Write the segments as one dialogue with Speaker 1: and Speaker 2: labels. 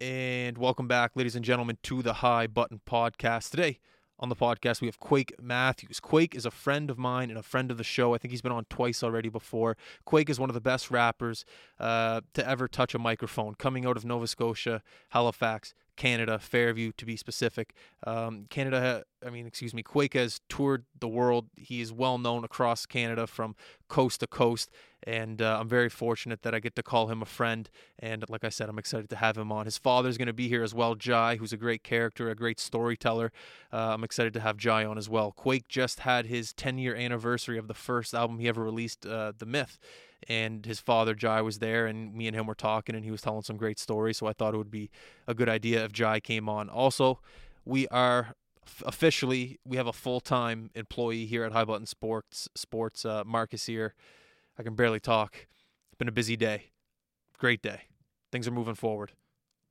Speaker 1: And welcome back, ladies and gentlemen, to the High Button Podcast. Today on the podcast, we have Quake Matthews. Quake is a friend of mine and a friend of the show. I think he's been on twice already before. Quake is one of the best rappers uh, to ever touch a microphone, coming out of Nova Scotia, Halifax, Canada, Fairview to be specific. Um, Canada, ha- I mean, excuse me, Quake has toured the world. He is well known across Canada from coast to coast, and uh, I'm very fortunate that I get to call him a friend. And like I said, I'm excited to have him on. His father's going to be here as well, Jai, who's a great character, a great storyteller. Uh, I'm excited to have Jai on as well. Quake just had his 10 year anniversary of the first album he ever released, uh, The Myth and his father Jai was there, and me and him were talking, and he was telling some great stories. So I thought it would be a good idea if Jai came on. Also, we are f- officially we have a full time employee here at High Button Sports. Sports uh, Marcus here. I can barely talk. It's been a busy day. Great day. Things are moving forward.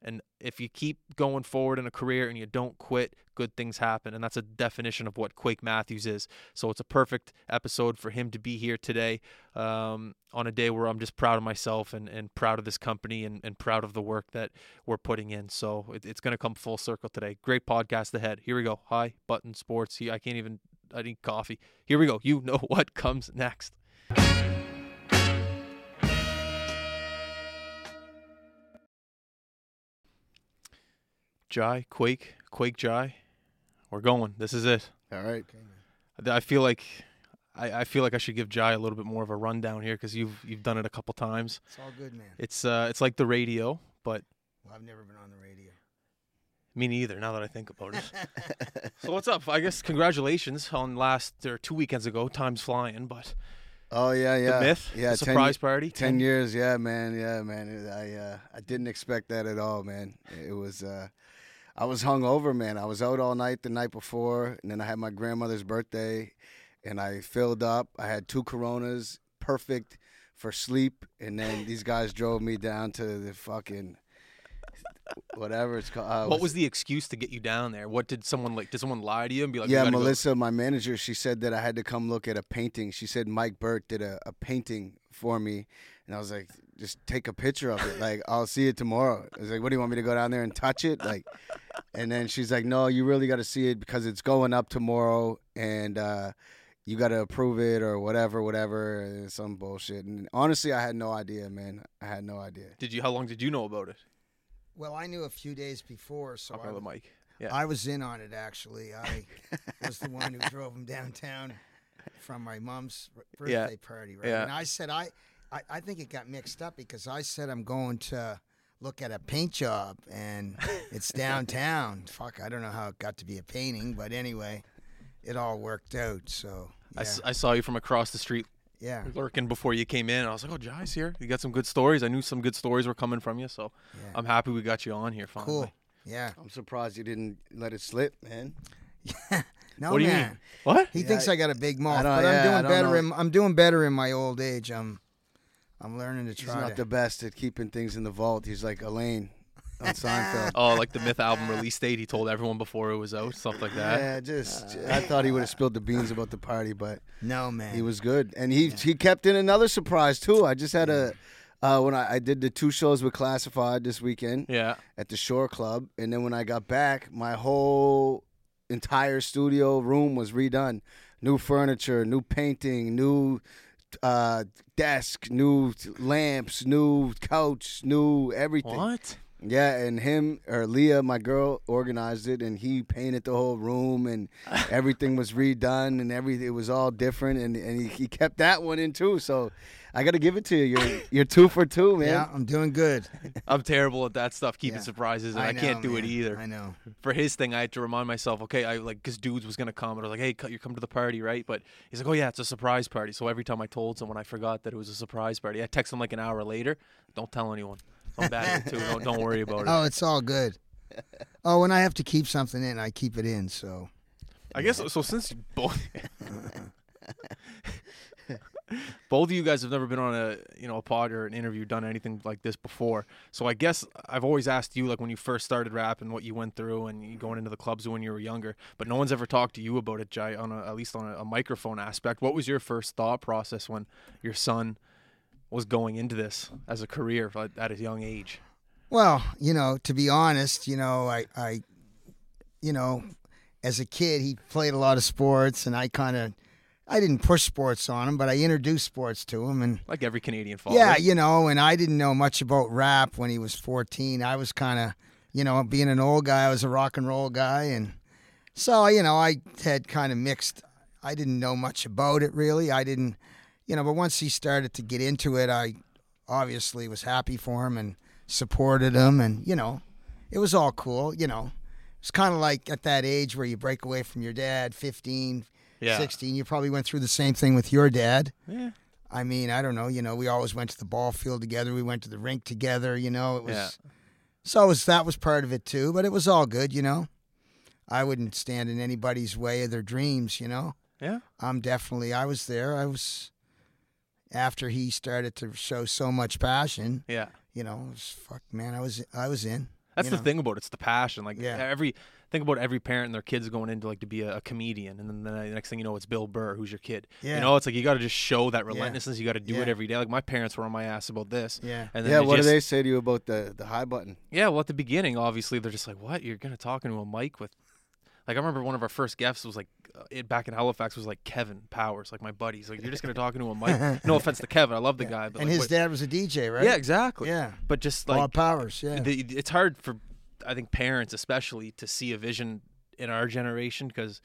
Speaker 1: And if you keep going forward in a career and you don't quit, good things happen. And that's a definition of what Quake Matthews is. So it's a perfect episode for him to be here today um, on a day where I'm just proud of myself and, and proud of this company and, and proud of the work that we're putting in. So it, it's going to come full circle today. Great podcast ahead. Here we go. Hi, Button Sports. He, I can't even, I need coffee. Here we go. You know what comes next. Jai, Quake, Quake Jai. We're going. This is it.
Speaker 2: All right.
Speaker 1: I feel like I, I feel like I should give Jai a little bit more of a rundown here because you've you've done it a couple times.
Speaker 2: It's all good, man.
Speaker 1: It's uh it's like the radio, but
Speaker 2: Well, I've never been on the radio.
Speaker 1: me neither. Now that I think about it. so what's up? I guess congratulations on last or two weekends ago. Time's flying, but
Speaker 2: Oh yeah, yeah.
Speaker 1: the myth,
Speaker 2: Yeah,
Speaker 1: the
Speaker 2: 10
Speaker 1: surprise party,
Speaker 2: Ten years, yeah, man, yeah, man. It- I uh, I didn't expect that at all, man. It was uh, I was hungover, man. I was out all night the night before, and then I had my grandmother's birthday, and I filled up. I had two Coronas, perfect for sleep, and then these guys drove me down to the fucking whatever it's called. Uh,
Speaker 1: What was the excuse to get you down there? What did someone like? Did someone lie to you and be like, "We
Speaker 2: yeah,
Speaker 1: gotta go-
Speaker 2: Melissa, my manager, she said that I had to come look at a painting. She said Mike Burt did a, a painting for me, and I was like, just take a picture of it. Like I'll see it tomorrow. I was like, what do you want me to go down there and touch it? Like, and then she's like, no, you really got to see it because it's going up tomorrow, and uh, you got to approve it or whatever, whatever, and some bullshit. And honestly, I had no idea, man. I had no idea.
Speaker 1: Did you? How long did you know about it?
Speaker 3: Well, I knew a few days before, so
Speaker 1: Talk
Speaker 3: I,
Speaker 1: about the mic. Yeah.
Speaker 3: I was in on it actually. I was the one who drove him downtown from my mom's r- birthday
Speaker 1: Yeah.
Speaker 3: party, right?
Speaker 1: Yeah.
Speaker 3: And I said I, I, I think it got mixed up because I said I'm going to look at a paint job and it's downtown. Fuck, I don't know how it got to be a painting, but anyway, it all worked out. So
Speaker 1: I
Speaker 3: yeah,
Speaker 1: s I I saw you from across the street
Speaker 3: yeah,
Speaker 1: lurking before you came in. And I was like, oh, Jai's here. You got some good stories. I knew some good stories were coming from you. So
Speaker 3: Yeah.
Speaker 1: I'm happy we got you on here finally.
Speaker 3: cool. Yeah.
Speaker 2: I'm surprised you didn't let it slip, man.
Speaker 3: No
Speaker 1: What do you
Speaker 3: man.
Speaker 1: mean? What?
Speaker 3: He
Speaker 2: Yeah,
Speaker 3: thinks
Speaker 2: I-
Speaker 3: I got a big mouth,
Speaker 2: don't-
Speaker 3: but
Speaker 2: yeah, I
Speaker 3: I'm
Speaker 2: don't
Speaker 3: doing better
Speaker 2: know.
Speaker 3: in I'm doing better in my old age. I'm I'm learning to
Speaker 2: He's
Speaker 3: try.
Speaker 2: not
Speaker 3: to-
Speaker 2: the best at keeping things in the vault. He's like Elaine on Seinfeld.
Speaker 1: Oh, like the Myth album release date. He told everyone before it was out, stuff like that.
Speaker 2: Yeah, just I thought he would have spilled the beans about the party, but
Speaker 3: no man.
Speaker 2: he was good, and he he kept in another surprise too. I just had a uh, when I, I did the two shows with Classified this weekend
Speaker 1: Yeah.
Speaker 2: at the Shore Club, and then when I got back, my whole entire studio room was redone, new furniture, new painting, new uh desk new lamps new couch new everything
Speaker 1: What?
Speaker 2: yeah, and him or Leah, my girl, organized it, and he painted the whole room, and everything was redone, and every it was all different, and and he, he kept that one in too. So I got to give it to you. You're you're two for two, man.
Speaker 3: Yeah, I'm doing good.
Speaker 1: I'm terrible at that stuff, keeping
Speaker 3: Yeah.
Speaker 1: surprises, and I,
Speaker 3: know,
Speaker 1: can't do it
Speaker 3: man.
Speaker 1: either.
Speaker 3: I know.
Speaker 1: for his thing, I had to remind myself, okay, I like because dudes was gonna come, and I was like, hey, cut, you come to the party, right? But he's like, oh yeah, it's a surprise party. So every time I told someone, I forgot that it was a surprise party. I text him like an hour later, don't tell anyone. I'm bad at it too. Don't, don't worry about it.
Speaker 3: Oh, it's all good. Oh, when I have to keep something in, I keep it in. So
Speaker 1: I guess so. Since you both both of you guys have never been on a you know a pod or an interview, done anything like this before, so I guess I've always asked you like when you first started rapping, what you went through, and you going into the clubs when you were younger. But no one's ever talked to you about it, Jai, on a, at least on a, a microphone aspect. What was your first thought process when your son was going into this as a career at, at a young age?
Speaker 3: Well, you know, to be honest, you know, I, I you know, as a kid, he played a lot of sports, and I kind of, I didn't push sports on him, but I introduced sports to him, and
Speaker 1: Like every Canadian father.
Speaker 3: yeah, you know, and I didn't know much about rap when he was 14. I was kind of, you know, being an old guy, I was a rock and roll guy. And so, you know, I had kind of mixed, I didn't know much about it really. I didn't, you know, but once he started to get into it, I obviously was happy for him and supported him. And, you know, it was all cool, you know. It's kind of like at that age where you break away from your dad, 15,
Speaker 1: Yeah.
Speaker 3: 16. You probably went through the same thing with your dad.
Speaker 1: Yeah.
Speaker 3: I mean, I don't know. You know, we always went to the ball field together. We went to the rink together. You know, it was
Speaker 1: Yeah.
Speaker 3: so it was that was part of it too. But it was all good. You know, I wouldn't stand in anybody's way of their dreams. You know,
Speaker 1: Yeah.
Speaker 3: I'm definitely. I was there. I was after he started to show so much passion.
Speaker 1: Yeah.
Speaker 3: You know, it was, fuck, man, I was I was in.
Speaker 1: That's
Speaker 3: you
Speaker 1: the
Speaker 3: know.
Speaker 1: thing about it. It's the passion. Like
Speaker 3: Yeah.
Speaker 1: every think about every parent and their kids going into like to be a, a comedian, and then the next thing you know, it's Bill Burr, who's your kid. You
Speaker 3: Yeah.
Speaker 1: know, it's like you got to just show that relentlessness. You got to do it
Speaker 3: Yeah.
Speaker 1: every day. Like my parents were on my ass about this.
Speaker 3: Yeah.
Speaker 1: And then
Speaker 2: Yeah,
Speaker 1: they
Speaker 2: what
Speaker 1: just,
Speaker 2: do they say to you about the the high button?
Speaker 1: Yeah, well, at the beginning, obviously, they're just like, "What? You're gonna talk into a mic with?" Like, I remember one of our first guests was like, uh, it back in Halifax was like Kevin Powers, like my buddies. Like, you're just gonna talk into a mic. No offense to Kevin, I love the guy, but
Speaker 3: and
Speaker 1: like,
Speaker 3: his
Speaker 1: what-
Speaker 3: dad was a DJ, right?
Speaker 1: yeah, exactly.
Speaker 3: Yeah.
Speaker 1: but just like
Speaker 3: Bob Powers. Yeah.
Speaker 1: the, it's hard for I think parents especially to see a vision in our generation because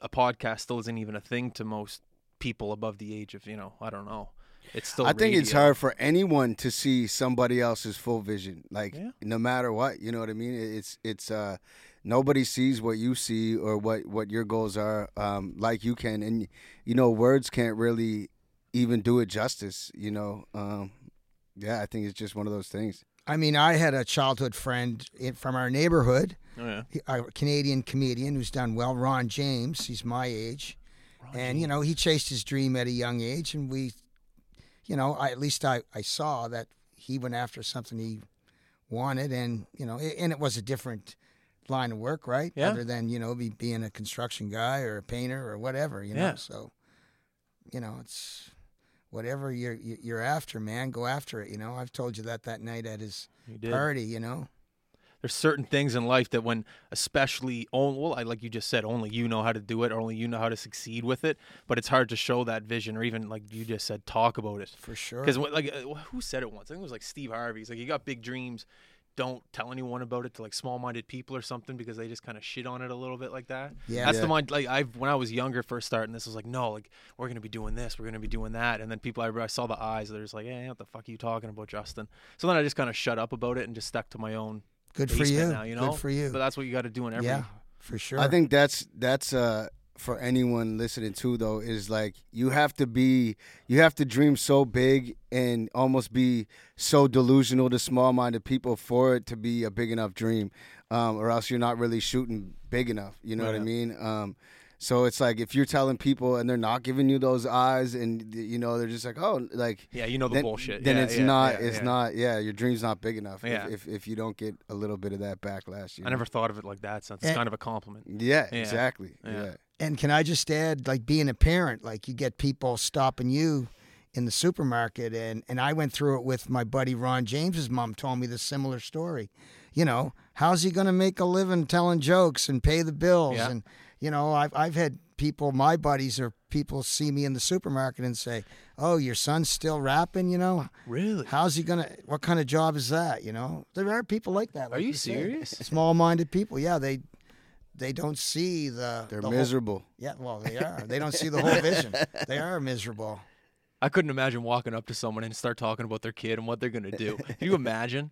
Speaker 1: a podcast still isn't even a thing to most people above the age of you know I don't know. It's still
Speaker 2: I think it's
Speaker 1: radio.
Speaker 2: hard for anyone to see somebody else's full vision, like
Speaker 1: Yeah.
Speaker 2: no matter what. You know what I mean? It- It's it's uh, nobody sees what you see or what what your goals are, um, like you can, and you know words can't really even do it justice. You know, um, yeah, I think it's just one of those things.
Speaker 3: I mean, I had a childhood friend in, from our neighborhood
Speaker 1: Oh, yeah.
Speaker 3: he- a Canadian comedian who's done well, Ron James. He's my age. and, you know, he chased his dream at a young age. And we, you know, I, at least I, I saw that he went after something he wanted. And, you know, a- and it was a different line of work, right?
Speaker 1: Yeah.
Speaker 3: Other than, you know, be, being a construction guy or a painter or whatever, you know.
Speaker 1: Yeah.
Speaker 3: So, you know, it's whatever you're, you're you're after, man, go after it. You know, I've told you that that night at his
Speaker 1: You did.
Speaker 3: party, you know.
Speaker 1: There's certain things in life that when especially only well I- like you just said only you know how to do it or only you know how to succeed with it but it's hard to show that vision or even like you just said talk about it
Speaker 3: For sure.
Speaker 1: Because like uh, wh- who said it once? I think it was like Steve Harvey. He's like, you got big dreams, don't tell anyone about it to like small-minded people or something because they just kind of shit on it a little bit like that.
Speaker 3: Yeah.
Speaker 1: that's the
Speaker 2: Yeah.
Speaker 1: mind. Like I've when I was younger, first starting this was like, no, like we're gonna be doing this, we're gonna be doing that, and then people I, I saw the eyes, they're just like, eh, what the fuck are you talking about, Justin? So then I just kind of shut up about it and just stuck to my own.
Speaker 3: Good for
Speaker 1: basement
Speaker 3: you.
Speaker 1: Now, you know?
Speaker 3: Good for you.
Speaker 1: But that's what you got to do in every.
Speaker 3: Yeah, for sure.
Speaker 2: I think that's that's uh for anyone listening too though is like you have to be you have to dream so big and almost be so delusional to small-minded people for it to be a big enough dream um or else you're not really shooting big enough you know what
Speaker 1: Yeah.
Speaker 2: I mean um so it's like if you're telling people and they're not giving you those eyes and you know they're just like oh like
Speaker 1: Yeah, you know the
Speaker 2: then,
Speaker 1: bullshit.
Speaker 2: then
Speaker 1: Yeah,
Speaker 2: it's
Speaker 1: yeah,
Speaker 2: not
Speaker 1: yeah,
Speaker 2: it's
Speaker 1: yeah.
Speaker 2: not yeah your dream's not big enough
Speaker 1: Yeah.
Speaker 2: if, if if you don't get a little bit of that backlash you
Speaker 1: I
Speaker 2: know?
Speaker 1: never thought of it like that. So it's
Speaker 3: Eh.
Speaker 1: kind of a compliment.
Speaker 2: yeah,
Speaker 1: Yeah.
Speaker 2: exactly
Speaker 1: Yeah.
Speaker 2: yeah.
Speaker 3: and can I just add, like being a parent, like you get people stopping you in the supermarket, and and I went through it with my buddy Ron James's mom. Told me the similar story. You know, how's he going to make a living telling jokes and pay the bills?
Speaker 1: Yeah.
Speaker 3: And you know, I've I've had people, my buddies or people, see me in the supermarket and say, "Oh, your son's still rapping," you know.
Speaker 1: Really?
Speaker 3: How's he gonna? What kind of job is that? You know, there are people like that. like
Speaker 1: you
Speaker 3: said.
Speaker 1: serious?
Speaker 3: Small-minded people. Yeah, they they don't see the.
Speaker 2: They're
Speaker 3: the whole-
Speaker 2: miserable.
Speaker 3: yeah, well, they are. They don't see the whole vision. They are miserable.
Speaker 1: I couldn't imagine walking up to someone and start talking about their kid and what they're gonna do. Can you imagine?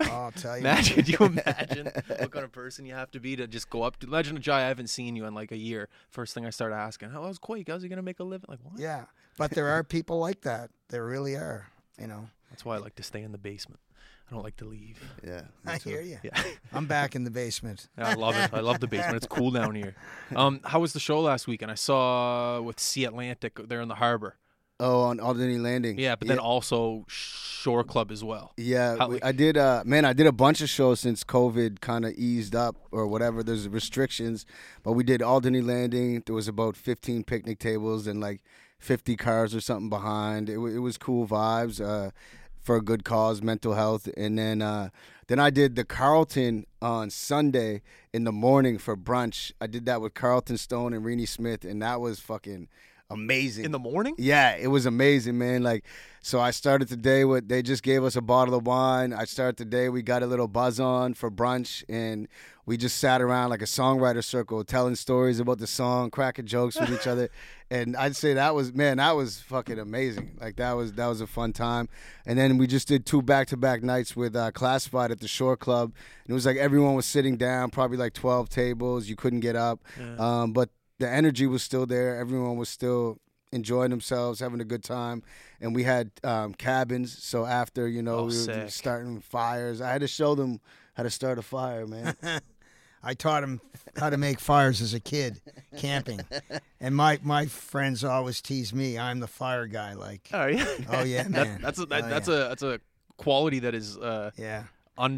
Speaker 3: I'll tell you.
Speaker 1: Imagine, do you imagine what kind of person you have to be to just go up to Legend of Jai? I haven't seen you in like a year. First thing I start asking, how was Quake? How's he gonna make a living? Like what?
Speaker 3: Yeah, but there are people like that. There really are. You know.
Speaker 1: That's why I like to stay in the basement. I don't like to leave.
Speaker 2: Yeah.
Speaker 3: I hear you.
Speaker 1: Yeah,
Speaker 3: I'm back in the basement.
Speaker 1: I love it. I love the basement. It's cool down here. Um, how was the show last week? And I saw with Sea Atlantic there in the harbor.
Speaker 2: Oh, on Alderney Landing.
Speaker 1: Yeah, but then also Shore Club as well.
Speaker 2: Yeah,
Speaker 1: How-
Speaker 2: we- I did. Uh, man, I did a bunch of shows since COVID kind of eased up or whatever. There's restrictions, but we did Alderney Landing. There was about 15 picnic tables and like 50 cars or something behind. It, wa- it was cool vibes. Uh, for a good cause, mental health, and then uh, then I did the Carlton on Sunday in the morning for brunch. I did that with Carlton Stone and Renee Smith, and that was fucking amazing.
Speaker 1: in the morning.
Speaker 2: Yeah, it was amazing, man. Like, so I started the day with they just gave us a bottle of wine. I started the day we got a little buzz on for brunch, and we just sat around like a songwriter circle, telling stories about the song, cracking jokes with each other. And I'd say that was man, that was fucking amazing. Like that was that was a fun time. And then we just did two back to back nights with uh, Classified at the Shore Club, and it was like everyone was sitting down, probably like twelve tables. You couldn't get up, um, but the energy was still there. Everyone was still enjoying themselves, having a good time. And we had um, cabins. So after, you know,
Speaker 1: Oh,
Speaker 2: we were
Speaker 1: sick.
Speaker 2: starting fires. I had to show them how to start a fire, man.
Speaker 3: I taught him how to make fires as a kid, camping. And my, my friends always tease me. I'm the fire guy. Like,
Speaker 1: All right.
Speaker 3: oh yeah, man.
Speaker 1: that's a, that,
Speaker 3: Oh,
Speaker 1: that's
Speaker 3: yeah.
Speaker 1: a that's a quality that is uh,
Speaker 3: yeah.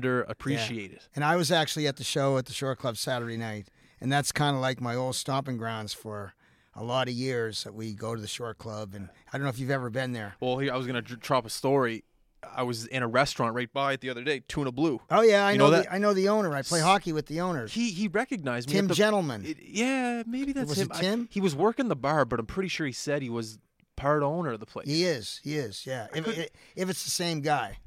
Speaker 1: underappreciated.
Speaker 3: And I was actually at the show at the Shore Club Saturday night, and that's kind of like my old stomping grounds for a lot of years that we go to the Shore Club. And I don't know if you've ever been there.
Speaker 1: Well, here I was gonna dr- drop a story. I was in a restaurant right by it the other day, Tuna Blue.
Speaker 3: Oh yeah, I
Speaker 1: You
Speaker 3: know,
Speaker 1: know that-
Speaker 3: the, I know the owner. I play hockey with the owner,
Speaker 1: He he recognized me. at
Speaker 3: Tim
Speaker 1: the-
Speaker 3: Gentleman.
Speaker 1: it- yeah, maybe that's
Speaker 3: Was
Speaker 1: him.
Speaker 3: it
Speaker 1: I-
Speaker 3: Tim?
Speaker 1: he was working the bar, but I'm pretty sure he said he was part owner of the place.
Speaker 3: he is, he is, yeah. If,
Speaker 1: could-
Speaker 3: if it's the same guy,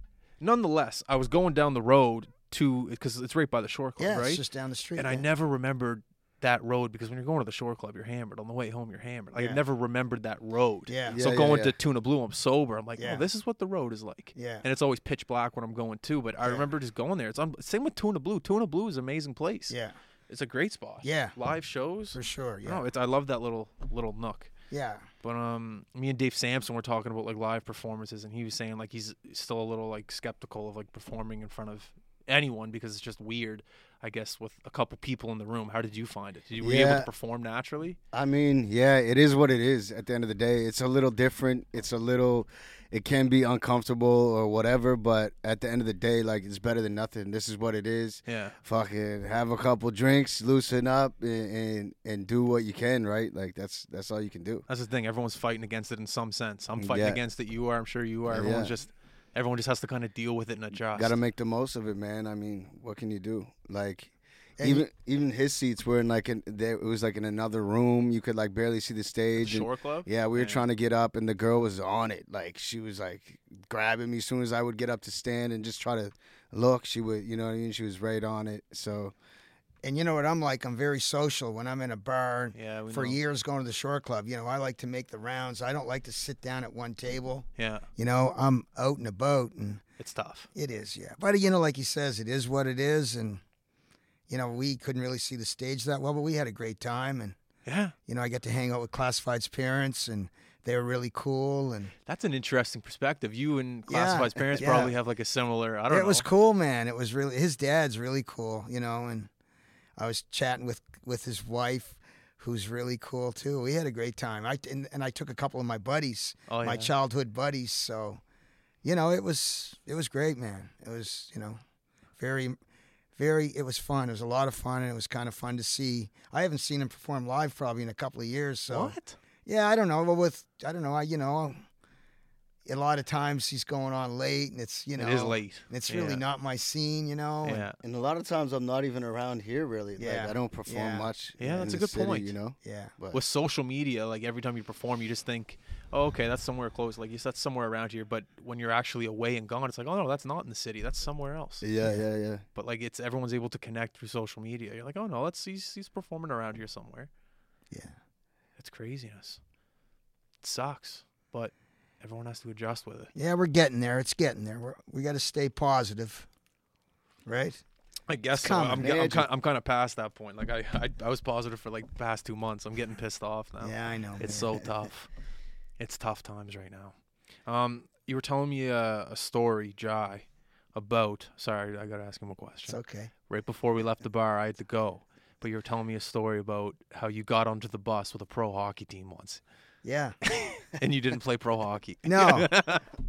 Speaker 1: Nonetheless, I was going down the road to because it's right by the shore club,
Speaker 3: yeah,
Speaker 1: Oh, right?
Speaker 3: it's just down the street.
Speaker 1: and I
Speaker 3: yeah.
Speaker 1: never remembered that road because when you're going to the shore club, you're hammered. On the way home, you're hammered. Like, I
Speaker 3: Yeah.
Speaker 1: never remembered that road.
Speaker 3: Yeah.
Speaker 1: so
Speaker 2: Yeah, yeah,
Speaker 1: going
Speaker 2: yeah.
Speaker 1: to Tuna Blue, I'm sober. I'm like,
Speaker 3: Yeah.
Speaker 1: oh, this is what the road is like.
Speaker 3: Yeah.
Speaker 1: And it's always pitch black when I'm going too. But I remember just going there. It's un- same with Tuna Blue. Tuna Blue is an amazing place.
Speaker 3: yeah,
Speaker 1: It's a great spot.
Speaker 3: Yeah.
Speaker 1: Live shows.
Speaker 3: for sure, yeah,
Speaker 1: No, it's I love that little little nook.
Speaker 3: yeah.
Speaker 1: But um, me and Dave Sampson were talking about like live performances, and he was saying like he's still a little like skeptical of like performing in front of anyone because it's just weird, I guess, with a couple people in the room. How did you find it? Did you, were you able
Speaker 2: Yeah.
Speaker 1: to perform naturally?
Speaker 2: I mean, yeah, it is what it is at the end of the day. It's a little different. It's a little, it can be uncomfortable or whatever, but at the end of the day, like, it's better than nothing. This is what it is.
Speaker 1: Yeah.
Speaker 2: Fucking have a couple drinks, loosen up, and, and and do what you can, right? Like that's that's all you can do.
Speaker 1: That's the thing. Everyone's fighting against it in some sense. I'm fighting
Speaker 2: Yeah.
Speaker 1: against it. You are. I'm sure you are. Everyone's
Speaker 2: Yeah.
Speaker 1: just everyone just has to kind of deal with it and adjust.
Speaker 2: Got to make the most of it, man. I mean, what can you do? Like,
Speaker 3: And
Speaker 2: even even his seats were in like an there. It was like in another room. You could like barely see the stage. and-
Speaker 1: Shore Club.
Speaker 2: yeah, we were trying to get up, and the girl was on it. Like she was like grabbing me as soon as I would get up to stand and just try to look. She would, you know what I mean? She was right on it. So
Speaker 3: And you know what I'm like? I'm very social when I'm in a bar. and
Speaker 1: Yeah. We
Speaker 3: for
Speaker 1: know.
Speaker 3: years going to the shore club, you know, I like to make the rounds. I don't like to sit down at one table.
Speaker 1: Yeah.
Speaker 3: You know, I'm out and about, and
Speaker 1: It's tough.
Speaker 3: it is, yeah. But you know, like he says, it is what it is, and you know, we couldn't really see the stage that well, but we had a great time, and
Speaker 1: Yeah.
Speaker 3: you know, I got to hang out with Classified's parents, and they were really cool, and
Speaker 1: That's an interesting perspective. You and
Speaker 3: Yeah,
Speaker 1: classifieds parents
Speaker 3: yeah.
Speaker 1: probably have like a similar. I don't
Speaker 3: it
Speaker 1: know.
Speaker 3: was cool, man. It was really his dad's really cool, you know, and I was chatting with with his wife. Who's really cool too? We had a great time. I and, and I took a couple of my buddies,
Speaker 1: Oh,
Speaker 3: my
Speaker 1: yeah.
Speaker 3: childhood buddies. So, you know, it was it was great, man. It was you know, very, very. It was fun. It was a lot of fun, and it was kind of fun to see. I haven't seen him perform live probably in a couple of years. So
Speaker 1: What?
Speaker 3: yeah, I don't know. Well, with I don't know. I you know, a lot of times he's going on late, and it's you know,
Speaker 1: it is late.
Speaker 3: and it's really
Speaker 1: Yeah.
Speaker 3: not my scene, you know. and-
Speaker 1: Yeah.
Speaker 2: and a lot of times I'm not even around here really.
Speaker 3: Yeah.
Speaker 2: Like I don't perform
Speaker 3: Yeah.
Speaker 2: much.
Speaker 1: Yeah,
Speaker 2: in
Speaker 1: that's a
Speaker 2: the
Speaker 1: good
Speaker 2: city,
Speaker 1: point.
Speaker 2: You know.
Speaker 3: yeah.
Speaker 2: But
Speaker 1: with social media, like every time you perform, you just think, oh, okay, that's somewhere close. Like, yes, that's somewhere around here. But when you're actually away and gone, it's like, oh, no, that's not in the city. That's somewhere else.
Speaker 2: yeah, yeah, yeah.
Speaker 1: But like, it's everyone's able to connect through social media. You're like, oh, no, that's he's, he's performing around here somewhere.
Speaker 3: Yeah.
Speaker 1: It's craziness. It sucks, but everyone has to adjust with it.
Speaker 3: Yeah, we're getting there. It's getting there. We're, we got to stay positive, right?
Speaker 1: I guess so.
Speaker 3: common.
Speaker 1: I'm,
Speaker 2: Yeah,
Speaker 1: I'm,
Speaker 2: just-
Speaker 1: kind, I'm kind of past that point. Like, I, I, I was positive for like the past two months. I'm getting pissed off now.
Speaker 3: Yeah, I know.
Speaker 1: It's
Speaker 3: man.
Speaker 1: so tough. It's tough times right now. Um, you were telling me uh, a, a story, Jai, about. Sorry, I got to ask him a
Speaker 3: It's
Speaker 1: question.
Speaker 3: okay.
Speaker 1: right before we left the bar, I had to go. But you were telling me a story about how you got onto the bus with a pro hockey team once,
Speaker 3: Yeah.
Speaker 1: and you didn't play pro hockey.
Speaker 3: No,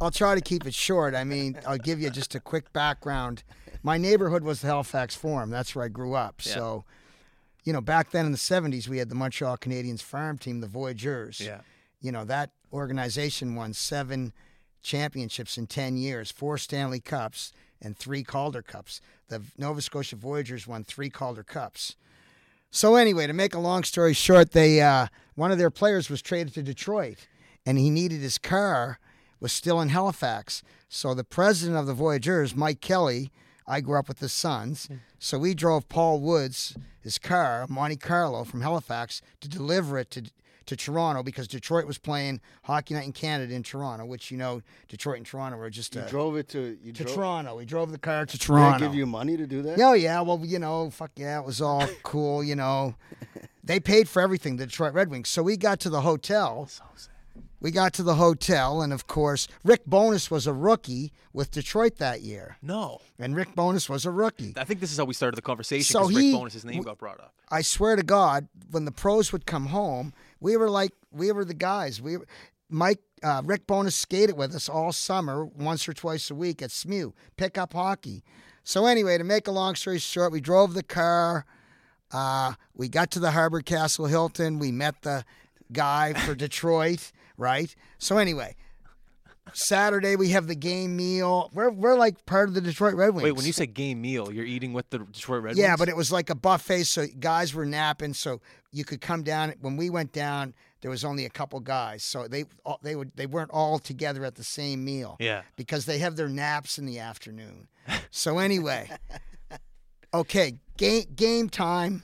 Speaker 3: I'll try to keep it short. I mean, I'll give you just a quick background. My neighborhood was the Halifax Forum. That's where I grew up.
Speaker 1: Yeah.
Speaker 3: So, you know, back then in the 70s, we had the Montreal Canadiens farm team, the Voyageurs.
Speaker 1: Yeah.
Speaker 3: You know, that organization won seven championships in 10 years, four Stanley Cups, and three Calder Cups. The Nova Scotia Voyagers won three Calder Cups. So anyway, to make a long story short, they uh, one of their players was traded to Detroit, and he needed his car was still in Halifax. So the president of the Voyagers, Mike Kelly, I grew up with his sons, so we drove Paul Woods his car, Monte Carlo from Halifax, to deliver it to to Toronto because Detroit was playing Hockey Night in Canada in Toronto, which you know Detroit and Toronto are just
Speaker 2: You
Speaker 3: uh,
Speaker 2: drove it to you
Speaker 3: to
Speaker 2: drove,
Speaker 3: Toronto. We drove the car to
Speaker 2: Did
Speaker 3: Toronto.
Speaker 2: They give you money to do that.
Speaker 3: Yeah, Oh, yeah. Well, you know, fuck yeah, it was all cool. You know, they paid for everything, the Detroit Red Wings. So we got to the hotel. We got to the hotel, and of course, Rick Bonus was a rookie with Detroit that year,
Speaker 1: No,
Speaker 3: and Rick Bonus was a rookie.
Speaker 1: I think this is how we started the conversation.
Speaker 3: So
Speaker 1: because
Speaker 3: he-
Speaker 1: Rick Bonus's name got brought up.
Speaker 3: I swear to God, when the pros would come home, we were like we were the guys. We were- Mike uh, Rick Bonus skated with us all summer, once or twice a week at SMU pickup hockey. So anyway, to make a long story short, we drove the car. Uh, we got to the Harbor Castle Hilton. We met the guy for Detroit, right? So anyway, Saturday we have the game meal. We're we're like part of the Detroit Red Wings.
Speaker 1: Wait, when you say game meal, you're eating with the Detroit Red Wings.
Speaker 3: Yeah, but it was like a buffet, so guys were napping, so you could come down. When we went down, there was only a couple guys, so they all- they would they weren't all together at the same meal
Speaker 1: yeah,
Speaker 3: because they have their naps in the afternoon. So anyway, okay, game game time.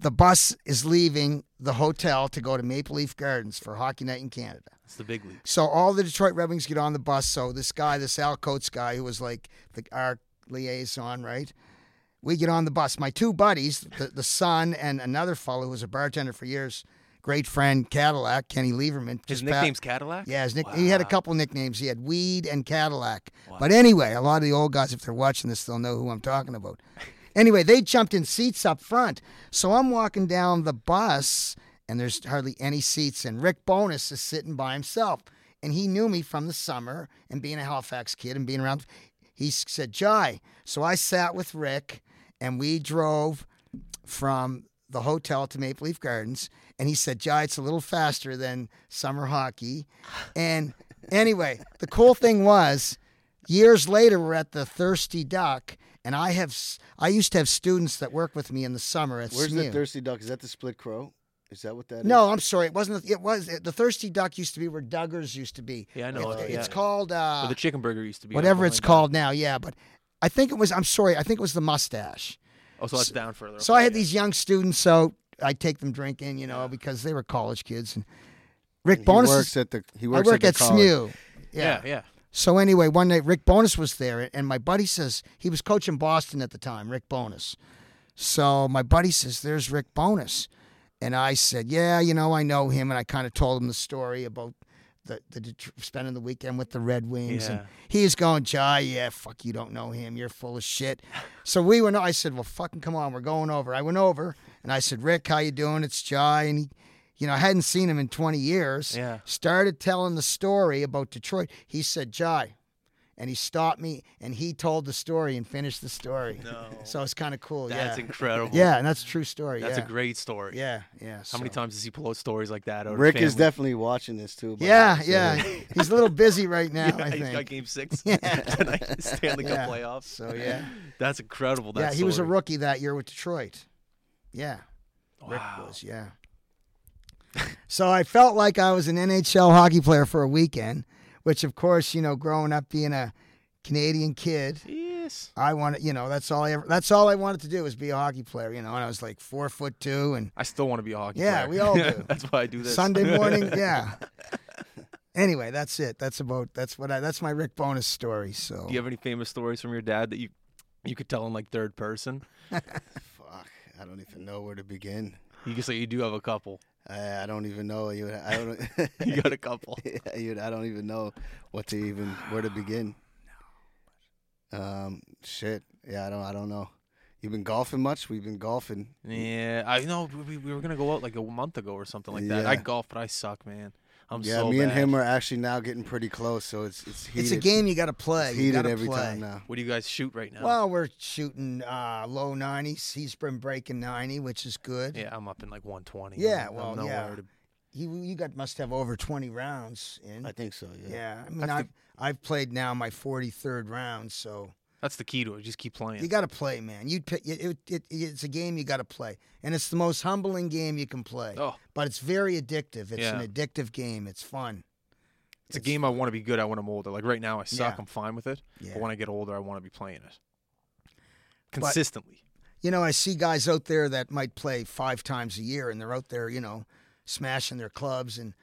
Speaker 3: The bus is leaving the hotel to go to Maple Leaf Gardens for Hockey Night in Canada.
Speaker 1: it's the big leagues.
Speaker 3: So all the Detroit Red Wings get on the bus. So this guy, this Al Coates guy, who was like the, our liaison, right? We get on the bus. My two buddies, the, the son and another fellow who was a bartender for years, great friend Cadillac, Kenny Lieberman.
Speaker 1: His
Speaker 3: just pa-
Speaker 1: nickname's Cadillac.
Speaker 3: yeah, his nick- he had a
Speaker 1: Wow.
Speaker 3: couple nicknames. He had Weed and Cadillac. But anyway, a lot of the old guys, if they're watching this, they'll know who I'm talking about. Anyway, they jumped in seats up front. So I'm walking down the bus, and there's hardly any seats. And Rick Bonus is sitting by himself. And he knew me from the summer and being a Halifax kid and being around. He s- said, Jai. So I sat with Rick, and we drove from the hotel to Maple Leaf Gardens, and he said, "Jai, it's a little faster than summer hockey." And anyway, the cool thing was, years later, we're at the Thirsty Duck, and I have s- I used to have students that work with me in the summer at
Speaker 2: Where's
Speaker 3: SMU.
Speaker 2: the thirsty duck? Is that the split crow? Is that what that is?
Speaker 3: no, I'm sorry. It wasn't. It was the Thirsty Duck used to be where Duggars used to be.
Speaker 1: Yeah, I know
Speaker 3: It's,
Speaker 1: it,
Speaker 3: it's
Speaker 1: yeah.
Speaker 3: called uh,
Speaker 1: Where the chicken burger used to be. on
Speaker 3: whatever it's
Speaker 1: Boeing.
Speaker 3: called now. Yeah, but I think it was. I'm sorry. I think it was the mustache.
Speaker 1: Oh, so that's down further.
Speaker 3: So I
Speaker 1: Okay,
Speaker 3: had
Speaker 1: yeah.
Speaker 3: these young students, so I take them drinking, you know, because they were college kids. And Rick
Speaker 2: He
Speaker 3: Bonus,
Speaker 2: works at the. He
Speaker 3: I
Speaker 2: works
Speaker 3: work
Speaker 2: at,
Speaker 3: at,
Speaker 2: the college.
Speaker 3: SMU.
Speaker 1: Yeah, yeah.
Speaker 3: So anyway, one night Rick Bonus was there, and my buddy says he was coaching Boston at the time, Rick Bonus. So my buddy says, "There's Rick Bonus," and I said, "Yeah, you know, I know him," and I kind of told him the story about the the Det- spending the weekend with the Red Wings, and
Speaker 1: Yeah.
Speaker 3: he's going, "Jai, yeah, fuck, you don't know him, you're full of shit." so we went. I said, "Well, fucking come on, we're going over." I went over, and I said, "Rick, how you doing? It's Jai," and he. You know, I hadn't seen him in 20 years.
Speaker 1: Yeah.
Speaker 3: Started telling the story about Detroit. He said, Jai, and he stopped me and he told the story and finished the story.
Speaker 1: No.
Speaker 3: So it's kind of cool.
Speaker 1: That's
Speaker 3: Oh, yeah.
Speaker 1: incredible.
Speaker 3: Yeah, and that's a true story.
Speaker 1: That's
Speaker 3: yeah.
Speaker 1: a great story.
Speaker 3: Yeah, yeah.
Speaker 1: How many times does he pull out stories like that? Out of
Speaker 2: Rick is
Speaker 1: family?
Speaker 2: definitely watching this too. by the
Speaker 3: Yeah,
Speaker 2: way, so-
Speaker 3: yeah. He's a little busy right now, I
Speaker 1: he's got
Speaker 3: think.
Speaker 1: game six
Speaker 3: Yeah.
Speaker 1: tonight. Stanley
Speaker 3: Yeah.
Speaker 1: Cup playoffs.
Speaker 2: Oh,
Speaker 3: So yeah,
Speaker 1: That's incredible. That
Speaker 3: yeah. He was a
Speaker 1: story.
Speaker 3: rookie that year with Detroit. Yeah, Rick
Speaker 1: Wow.
Speaker 3: was. Yeah. so I felt like I was an NHL hockey player for a weekend, which of course you know, growing up being a Canadian kid,
Speaker 1: Yes.
Speaker 3: I wanted, you know, that's all I ever, that's all I wanted to do was be a hockey player, you know. And I was like four foot two, and
Speaker 1: I still want to be a hockey
Speaker 3: Yeah,
Speaker 1: player.
Speaker 3: we all do.
Speaker 1: that's why I do this.
Speaker 3: Sunday morning, yeah. Anyway, that's it. That's about that's what I that's my Rick Bonus story. So
Speaker 1: do you have any famous stories from your dad that you you could tell in like third person?
Speaker 2: Fuck. I don't even know where to begin.
Speaker 1: You can say you do have a couple.
Speaker 2: I, I don't even know. You. I don't.
Speaker 1: You got a couple.
Speaker 2: you, I don't even know what to even where to begin. Um. Shit. Yeah. I don't. I don't know. You've been golfing much. We've been golfing.
Speaker 1: Yeah, I know. We, we were gonna go out like a month ago or something like that. I
Speaker 2: Yeah.
Speaker 1: golf, but I suck, man. I'm
Speaker 2: yeah.
Speaker 1: so
Speaker 2: me and
Speaker 1: bad.
Speaker 2: him are actually now getting pretty close. So it's it's heated.
Speaker 3: it's a game you got to play.
Speaker 2: It's
Speaker 3: you
Speaker 2: heated
Speaker 3: gotta
Speaker 2: every
Speaker 3: play.
Speaker 2: time now.
Speaker 1: What do you guys shoot right now?
Speaker 3: Well, we're shooting uh, low 90s. He's been breaking 90, which is good.
Speaker 1: yeah, I'm up in like 120.
Speaker 3: Yeah,
Speaker 1: I'm,
Speaker 3: well,
Speaker 1: I'm
Speaker 3: yeah.
Speaker 1: nowhere to-
Speaker 3: he you got must have over twenty rounds in.
Speaker 2: I think so. Yeah.
Speaker 3: yeah, I mean
Speaker 1: That's the-
Speaker 3: I've I've played now my forty third round, so
Speaker 1: That's the key to it. Just keep playing.
Speaker 3: you got to play, man. You pick it, it, it, It's a game you got to play, and it's the most humbling game you can play.
Speaker 1: oh,
Speaker 3: But it's very addictive. It's
Speaker 1: Yeah.
Speaker 3: an addictive game. It's fun.
Speaker 1: it's a game I want to be good at when I'm older. Like right now, I suck.
Speaker 3: Yeah.
Speaker 1: I'm fine with it.
Speaker 3: Yeah.
Speaker 1: But when I get older, I want to be playing it consistently.
Speaker 3: you know, I see guys out there that might play five times a year and they're out there, you know, smashing their clubs and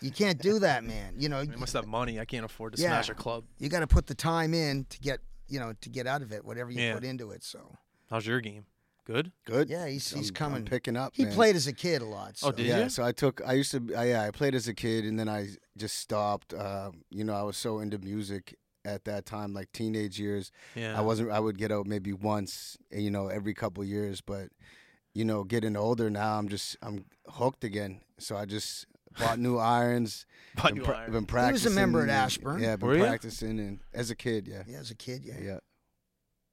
Speaker 3: you can't do that, man. You know,
Speaker 1: I must have money. I can't afford to
Speaker 3: Yeah.
Speaker 1: smash a club.
Speaker 3: you got to put the time in to get, you know, to get out of it, whatever you
Speaker 1: Yeah.
Speaker 3: put into it. So,
Speaker 1: How's your game? Good.
Speaker 2: Good.
Speaker 3: yeah, he's,
Speaker 2: I'm-
Speaker 3: he's
Speaker 2: I'm
Speaker 3: coming.
Speaker 2: picking up.
Speaker 3: he
Speaker 2: man.
Speaker 3: played as a kid a lot. So.
Speaker 1: Oh, did
Speaker 2: yeah,
Speaker 1: you?
Speaker 2: so I took. I used to. I, yeah, I played as a kid, and then I just stopped. Uh, you know, I was so into music at that time, like teenage years.
Speaker 1: Yeah.
Speaker 2: I wasn't. I would get out maybe once, eh, you know, every couple years. But you know, getting older now, I'm just I'm hooked again. So I just bought new irons.
Speaker 1: But
Speaker 2: been
Speaker 1: you
Speaker 2: pra-
Speaker 1: are.
Speaker 2: Been
Speaker 3: He
Speaker 2: practicing.
Speaker 3: was a member at
Speaker 2: and-
Speaker 3: Ashburn.
Speaker 2: Yeah, been
Speaker 1: Were ya?
Speaker 2: practicing and as a kid. Yeah,
Speaker 3: Yeah, as a kid, yeah.
Speaker 2: yeah.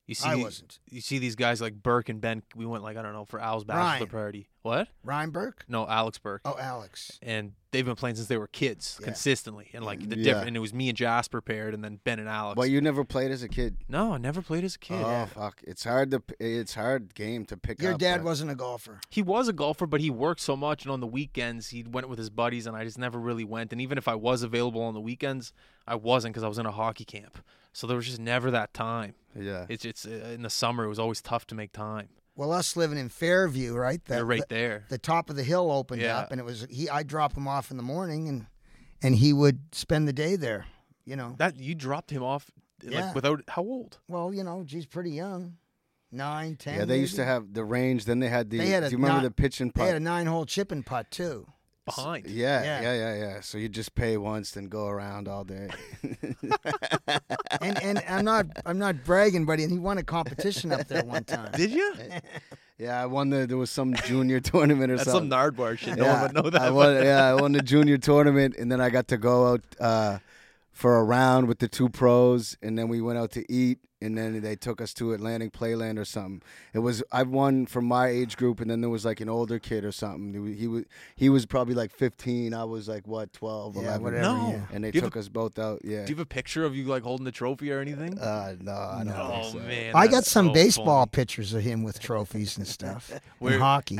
Speaker 1: You see,
Speaker 3: I wasn't.
Speaker 1: you see these guys like Burke and Ben. We went like I don't know for Al's bachelor
Speaker 3: Ryan.
Speaker 1: party. What?
Speaker 3: Ryan Burke?
Speaker 1: No, Alex Burke.
Speaker 3: Oh, Alex.
Speaker 1: And they've been playing since they were kids
Speaker 3: Yeah.
Speaker 1: consistently, and like the
Speaker 2: Yeah.
Speaker 1: different. And it was me and Jasper paired, and then Ben and Alex.
Speaker 2: But you never played as a kid.
Speaker 1: no, I never played as a kid.
Speaker 2: oh fuck! It's hard to. p- It's hard game to pick
Speaker 3: Your
Speaker 2: up. uh,
Speaker 3: dad
Speaker 2: but-
Speaker 3: wasn't a golfer.
Speaker 1: He was a golfer, but he worked so much, and on the weekends he went with his buddies, and I just never really went. And even if I was available on the weekends, I wasn't because I was in a hockey camp. So there was just never that time.
Speaker 2: Yeah.
Speaker 1: It's it's uh, in the summer. It was always tough to make time.
Speaker 3: Well, us living in Fairview, right? The-
Speaker 1: They're right
Speaker 3: the-
Speaker 1: there.
Speaker 3: the top of the hill opened
Speaker 1: Yeah.
Speaker 3: up and it was he I'd drop him off in the morning and and he would spend the day there, you know.
Speaker 1: That you dropped him off eh, like
Speaker 3: Yeah.
Speaker 1: without how old?
Speaker 3: Well, you know, geez, pretty young. Nine, ten.
Speaker 2: Yeah, they used to
Speaker 3: maybe.
Speaker 2: have the range. Then they had the.
Speaker 3: They had a
Speaker 2: do you remember
Speaker 3: not-
Speaker 2: the pitch and
Speaker 3: they
Speaker 2: putt?
Speaker 3: had a nine hole chipping putt too.
Speaker 1: Behind.
Speaker 2: yeah,
Speaker 3: Yeah.
Speaker 2: yeah, yeah, yeah, So you just pay once, then go around all day.
Speaker 3: And and I'm not I'm not bragging, but he won a competition up there one time.
Speaker 1: Did you?
Speaker 2: yeah, I won the. There was some junior tournament or
Speaker 1: That's some
Speaker 2: something.
Speaker 1: Nardwar shit. No
Speaker 2: uh, yeah,
Speaker 1: one would know that.
Speaker 2: I
Speaker 1: but-
Speaker 2: won, yeah, I won the junior tournament, and then I got to go out uh, for a round with the two pros, and then we went out to eat, and then they took us to Atlantic Playland or something. It was I won from my age group, and then there was like an older kid or something. He wa- He was he was probably like 15. I was like what 12,
Speaker 3: Yeah,
Speaker 2: 11.
Speaker 3: whatever,
Speaker 1: No.
Speaker 3: yeah.
Speaker 2: and they
Speaker 1: Do you have
Speaker 2: took us both out. Yeah.
Speaker 1: Do you have a picture of you like holding the trophy or anything?
Speaker 2: uh, no, I don't
Speaker 1: oh
Speaker 2: think so.
Speaker 1: man.
Speaker 3: I
Speaker 1: that's
Speaker 3: got some
Speaker 1: so
Speaker 3: baseball
Speaker 1: funny.
Speaker 3: pictures of him with trophies and stuff.
Speaker 1: Where-
Speaker 3: and hockey.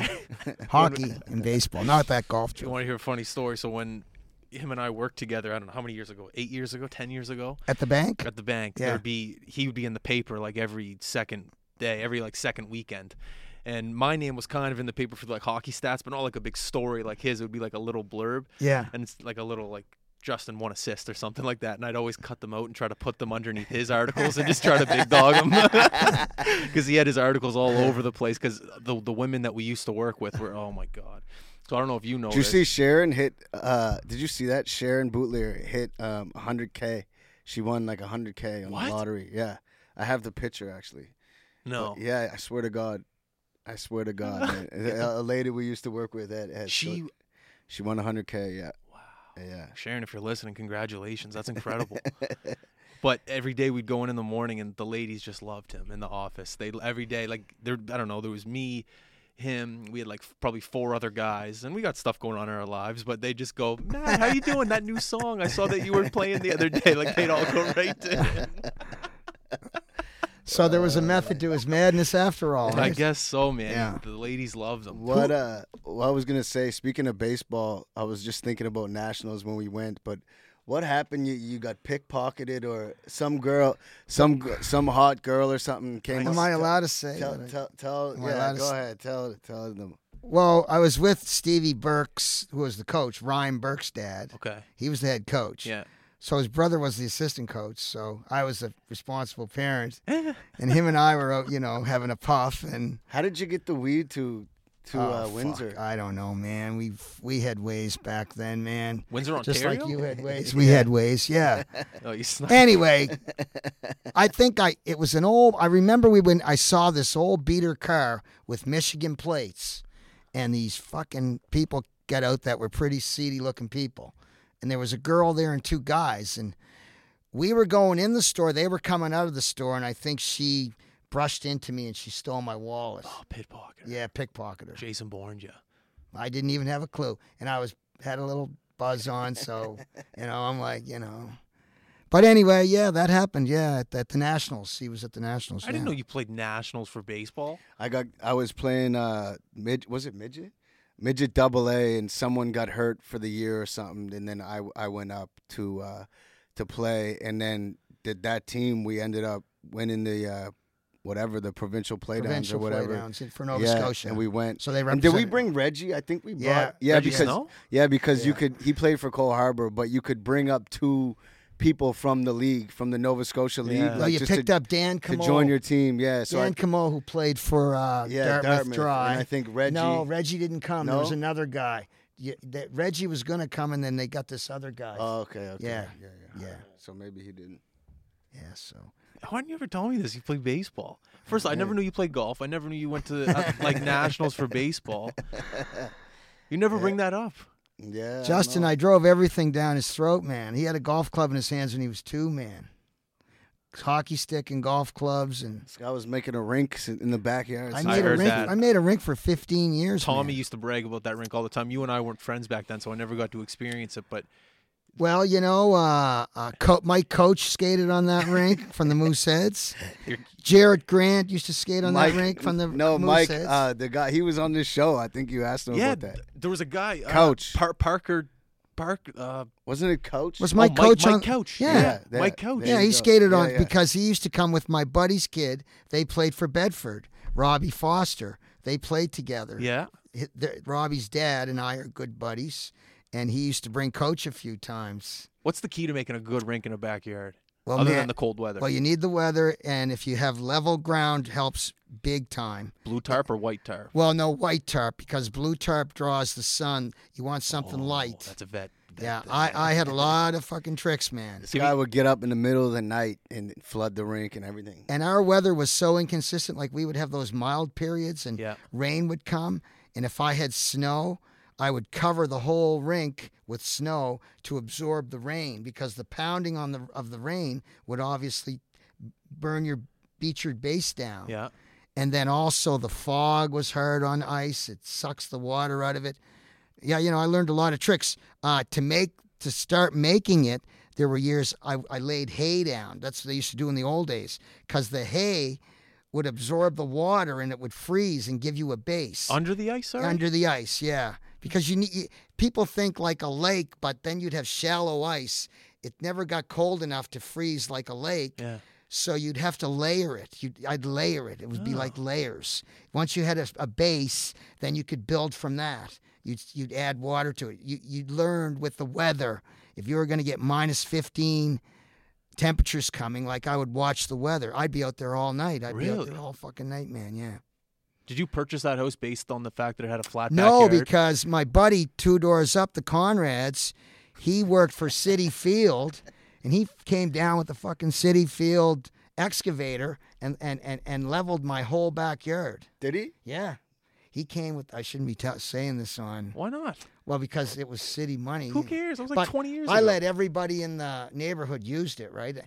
Speaker 3: hockey and baseball. Not that golf
Speaker 1: You
Speaker 3: trophy.
Speaker 1: want to hear a funny story? So when him and I worked together, I don't know how many years ago, eight years ago, ten years ago,
Speaker 3: At the bank?
Speaker 1: at the bank,
Speaker 3: Yeah.
Speaker 1: there'd be he would be in the paper like every second day, every like second weekend. And my name was kind of in the paper for like hockey stats, but not like a big story like his. It would be like a little blurb.
Speaker 3: Yeah.
Speaker 1: and it's like a little like Justin one assist or something like that, and I'd always cut them out and try to put them underneath his articles and just try to big dog him because he had his articles all over the place. Because the the women that we used to work with were oh my god. So I don't know if you know.
Speaker 2: Did you
Speaker 1: this.
Speaker 2: see Sharon hit? Uh, did you see that Sharon Bootler hit um, 100k? She won like 100k on
Speaker 1: What?
Speaker 2: the lottery. Yeah, I have the picture actually.
Speaker 1: No,
Speaker 2: But yeah, I swear to God, I swear to God, man. a a lady we used to work with at, at
Speaker 1: she.
Speaker 2: she won 100k. Yeah,
Speaker 1: Wow.
Speaker 2: yeah.
Speaker 1: Sharon, if you're listening, congratulations. That's incredible. but every day we'd go in in the morning, and the ladies just loved him in the office. They every day like there. I don't know. There was me, him. We had like f- probably four other guys, and we got stuff going on in our lives. But they just go, Matt, how you doing? That new song I saw that you were playing the other day. Like they'd all go right to him.
Speaker 3: So there was a method to his madness after all.
Speaker 1: I
Speaker 3: right?
Speaker 1: guess so, man.
Speaker 3: Yeah.
Speaker 1: The ladies loved him.
Speaker 2: What uh, what I was gonna say. Speaking of baseball, I was just thinking about nationals when we went, but. What happened? You, you got pickpocketed, or some girl, some gr- some hot girl, or something came.
Speaker 3: Am
Speaker 2: up-
Speaker 3: I allowed to say
Speaker 2: Tell,
Speaker 3: that I-
Speaker 2: tell, tell
Speaker 3: Am I allowed
Speaker 2: yeah,
Speaker 3: to
Speaker 2: go
Speaker 3: s-
Speaker 2: ahead. Tell, tell them.
Speaker 3: Well, I was with Stevie Burks, who was the coach, Ryan Burke's dad.
Speaker 1: Okay.
Speaker 3: He was the head coach.
Speaker 1: Yeah.
Speaker 3: So his brother was the assistant coach. So I was the responsible parent. and him and I were out, you know, having a puff and
Speaker 2: How did you get the weed to to
Speaker 3: Oh,
Speaker 2: uh,
Speaker 3: fuck.
Speaker 2: Windsor?
Speaker 3: I don't know, man. We we had ways back then, man.
Speaker 1: Windsor, Ontario.
Speaker 3: Just like you had ways, we had ways. Yeah.
Speaker 1: Oh, you snuck.
Speaker 3: anyway, I think I it was an old. I remember we when I saw this old beater car with Michigan plates, and these fucking people got out that were pretty seedy looking people, and there was a girl there and two guys, and we were going in the store. They were coming out of the store, and I think she brushed into me and she stole my wallet.
Speaker 1: Oh, pickpocket.
Speaker 3: Yeah, pickpocketer.
Speaker 1: Jason Bourne, yeah.
Speaker 3: I didn't even have a clue, and I was had a little buzz on, so you know, I'm like, you know. But anyway, yeah, that happened. Yeah, at, at the Nationals, he was at the Nationals.
Speaker 1: I didn't know
Speaker 3: yeah.
Speaker 1: you played nationals for baseball.
Speaker 2: I got I was playing uh mid was it midget midget double A and someone got hurt for the year or something and then I I went up to uh to play and then did that team we ended up winning the uh whatever the provincial playdowns
Speaker 3: provincial
Speaker 2: or whatever
Speaker 3: playdowns in- for Nova
Speaker 2: yeah
Speaker 3: Scotia.
Speaker 2: and we went
Speaker 3: so they
Speaker 2: and did we
Speaker 3: represented-
Speaker 2: bring Reggie I think we brought
Speaker 3: Yeah.
Speaker 2: yeah
Speaker 1: Reggie
Speaker 2: because
Speaker 1: Snow?
Speaker 2: yeah because you
Speaker 3: Yeah.
Speaker 2: could he played for Cole Harbor but you could bring up two people from the league from the Nova Scotia league
Speaker 1: Yeah.
Speaker 3: Well,
Speaker 2: like,
Speaker 3: Oh, you
Speaker 2: just to-
Speaker 3: picked up Dan
Speaker 2: to
Speaker 3: Camo.
Speaker 2: join your team yeah so I
Speaker 3: Dan Camo, who played for uh,
Speaker 2: Yeah,
Speaker 3: Dartmouth,
Speaker 2: Dartmouth,
Speaker 3: Dry.
Speaker 2: and I think Reggie-
Speaker 3: No, Reggie didn't come. There was
Speaker 2: No?
Speaker 3: another guy. Yeah, that Reggie was going to come, and then they got this other guy.
Speaker 2: Oh, okay, okay.
Speaker 3: Yeah.
Speaker 2: yeah,
Speaker 3: Yeah.
Speaker 2: So maybe he didn't.
Speaker 3: yeah, so
Speaker 1: Why didn't you ever tell me this? You play baseball. First, I never knew you played golf. I never knew you went to uh, like nationals for baseball. You never bring that up.
Speaker 2: Yeah. I
Speaker 3: Justin,
Speaker 2: know.
Speaker 3: I drove everything down his throat, man. He had a golf club in his hands when he was two, man. Hockey stick and golf clubs, and
Speaker 2: this guy was making a rink s- in the backyard.
Speaker 3: I
Speaker 2: So-
Speaker 1: I
Speaker 3: made a
Speaker 1: heard
Speaker 3: rink.
Speaker 1: that.
Speaker 3: I made a rink for 15 years. man.
Speaker 1: Tommy used to brag about that rink all the time. You and I weren't friends back then, so I never got to experience it. But
Speaker 3: Well, you know, uh, uh, co- Mike Coach skated on that rink from the Mooseheads.
Speaker 1: You're-
Speaker 3: Jared Grant used to skate on
Speaker 2: Mike-
Speaker 3: that rink from the
Speaker 2: no,
Speaker 3: Mooseheads.
Speaker 2: Mike, uh, the guy he was on this show. I think you asked him
Speaker 1: yeah,
Speaker 2: about that.
Speaker 1: th- there was a guy, uh,
Speaker 2: Coach.
Speaker 1: Par- Parker, Park. Uh,
Speaker 2: Wasn't it Coach?
Speaker 3: was
Speaker 1: oh,
Speaker 3: Mike Coach
Speaker 1: Mike
Speaker 3: on
Speaker 1: Couch.
Speaker 3: Yeah,
Speaker 1: Yeah,
Speaker 3: yeah,
Speaker 2: that-
Speaker 1: Mike Couch.
Speaker 2: there
Speaker 1: Yeah,
Speaker 2: you
Speaker 3: he
Speaker 2: go.
Speaker 3: skated
Speaker 2: Yeah,
Speaker 3: on
Speaker 2: yeah.
Speaker 3: because he used to come with my buddy's kid. They played for Bedford. Robbie Foster. They played together.
Speaker 1: yeah.
Speaker 3: Hi- the- Robbie's dad and I are good buddies, and he used to bring Coach a few times.
Speaker 1: What's the key to making a good rink in a backyard,
Speaker 3: Well,
Speaker 1: other
Speaker 3: man-
Speaker 1: than the cold weather?
Speaker 3: well, you need the weather, and if you have level ground, helps big time.
Speaker 1: Blue tarp or white tarp?
Speaker 3: Well, no white tarp because blue tarp draws the sun. You want something
Speaker 1: Oh,
Speaker 3: light.
Speaker 1: That's a vet. That-
Speaker 3: yeah,
Speaker 1: that-
Speaker 3: I, I had a lot of fucking tricks, man.
Speaker 2: This
Speaker 1: Give
Speaker 2: guy
Speaker 1: me-
Speaker 2: would get up in the middle of the night and flood the rink and everything.
Speaker 3: And our weather was so inconsistent. Like we would have those mild periods and
Speaker 1: Yeah.
Speaker 3: rain would come. And if I had snow, I would cover the whole rink with snow to absorb the rain because the pounding on the of the rain would obviously burn your beat your base down.
Speaker 1: Yeah.
Speaker 3: and then also the fog was hard on ice. It sucks the water out of it. Yeah, you know, I learned a lot of tricks uh, to make to start making it. There were years I, I laid hay down. That's what they used to do in the old days because the hay would absorb the water and it would freeze and give you a base
Speaker 1: Under the ice, sorry?
Speaker 3: under the ice. Yeah, because you need you, people think like a lake, but then you'd have shallow ice. It never got cold enough to freeze like a lake.
Speaker 1: Yeah.
Speaker 3: So you'd have to layer it. You'd, I'd layer it. It would be like layers. Once you had a, a base, then you could build from that. You'd, you'd add water to it. You, you learned with the weather. If you were going to get minus 15 temperatures coming, like I would watch the weather. I'd be out there all night. I'd be out
Speaker 1: Really?
Speaker 3: there all fucking night, man. Yeah.
Speaker 1: Did you purchase that house based on the fact that it had a flat
Speaker 3: No,
Speaker 1: backyard?
Speaker 3: because my buddy two doors up, the Conrads, he worked for City Field, and he came down with the fucking City Field excavator and and and, and leveled my whole backyard.
Speaker 2: Did he?
Speaker 3: Yeah. He came with. I shouldn't be t- saying this on.
Speaker 1: Why not?
Speaker 3: Well, because it was city money.
Speaker 1: Who cares? That was like
Speaker 3: But
Speaker 1: 20 years
Speaker 3: I
Speaker 1: ago.
Speaker 3: let everybody in the neighborhood used it, right?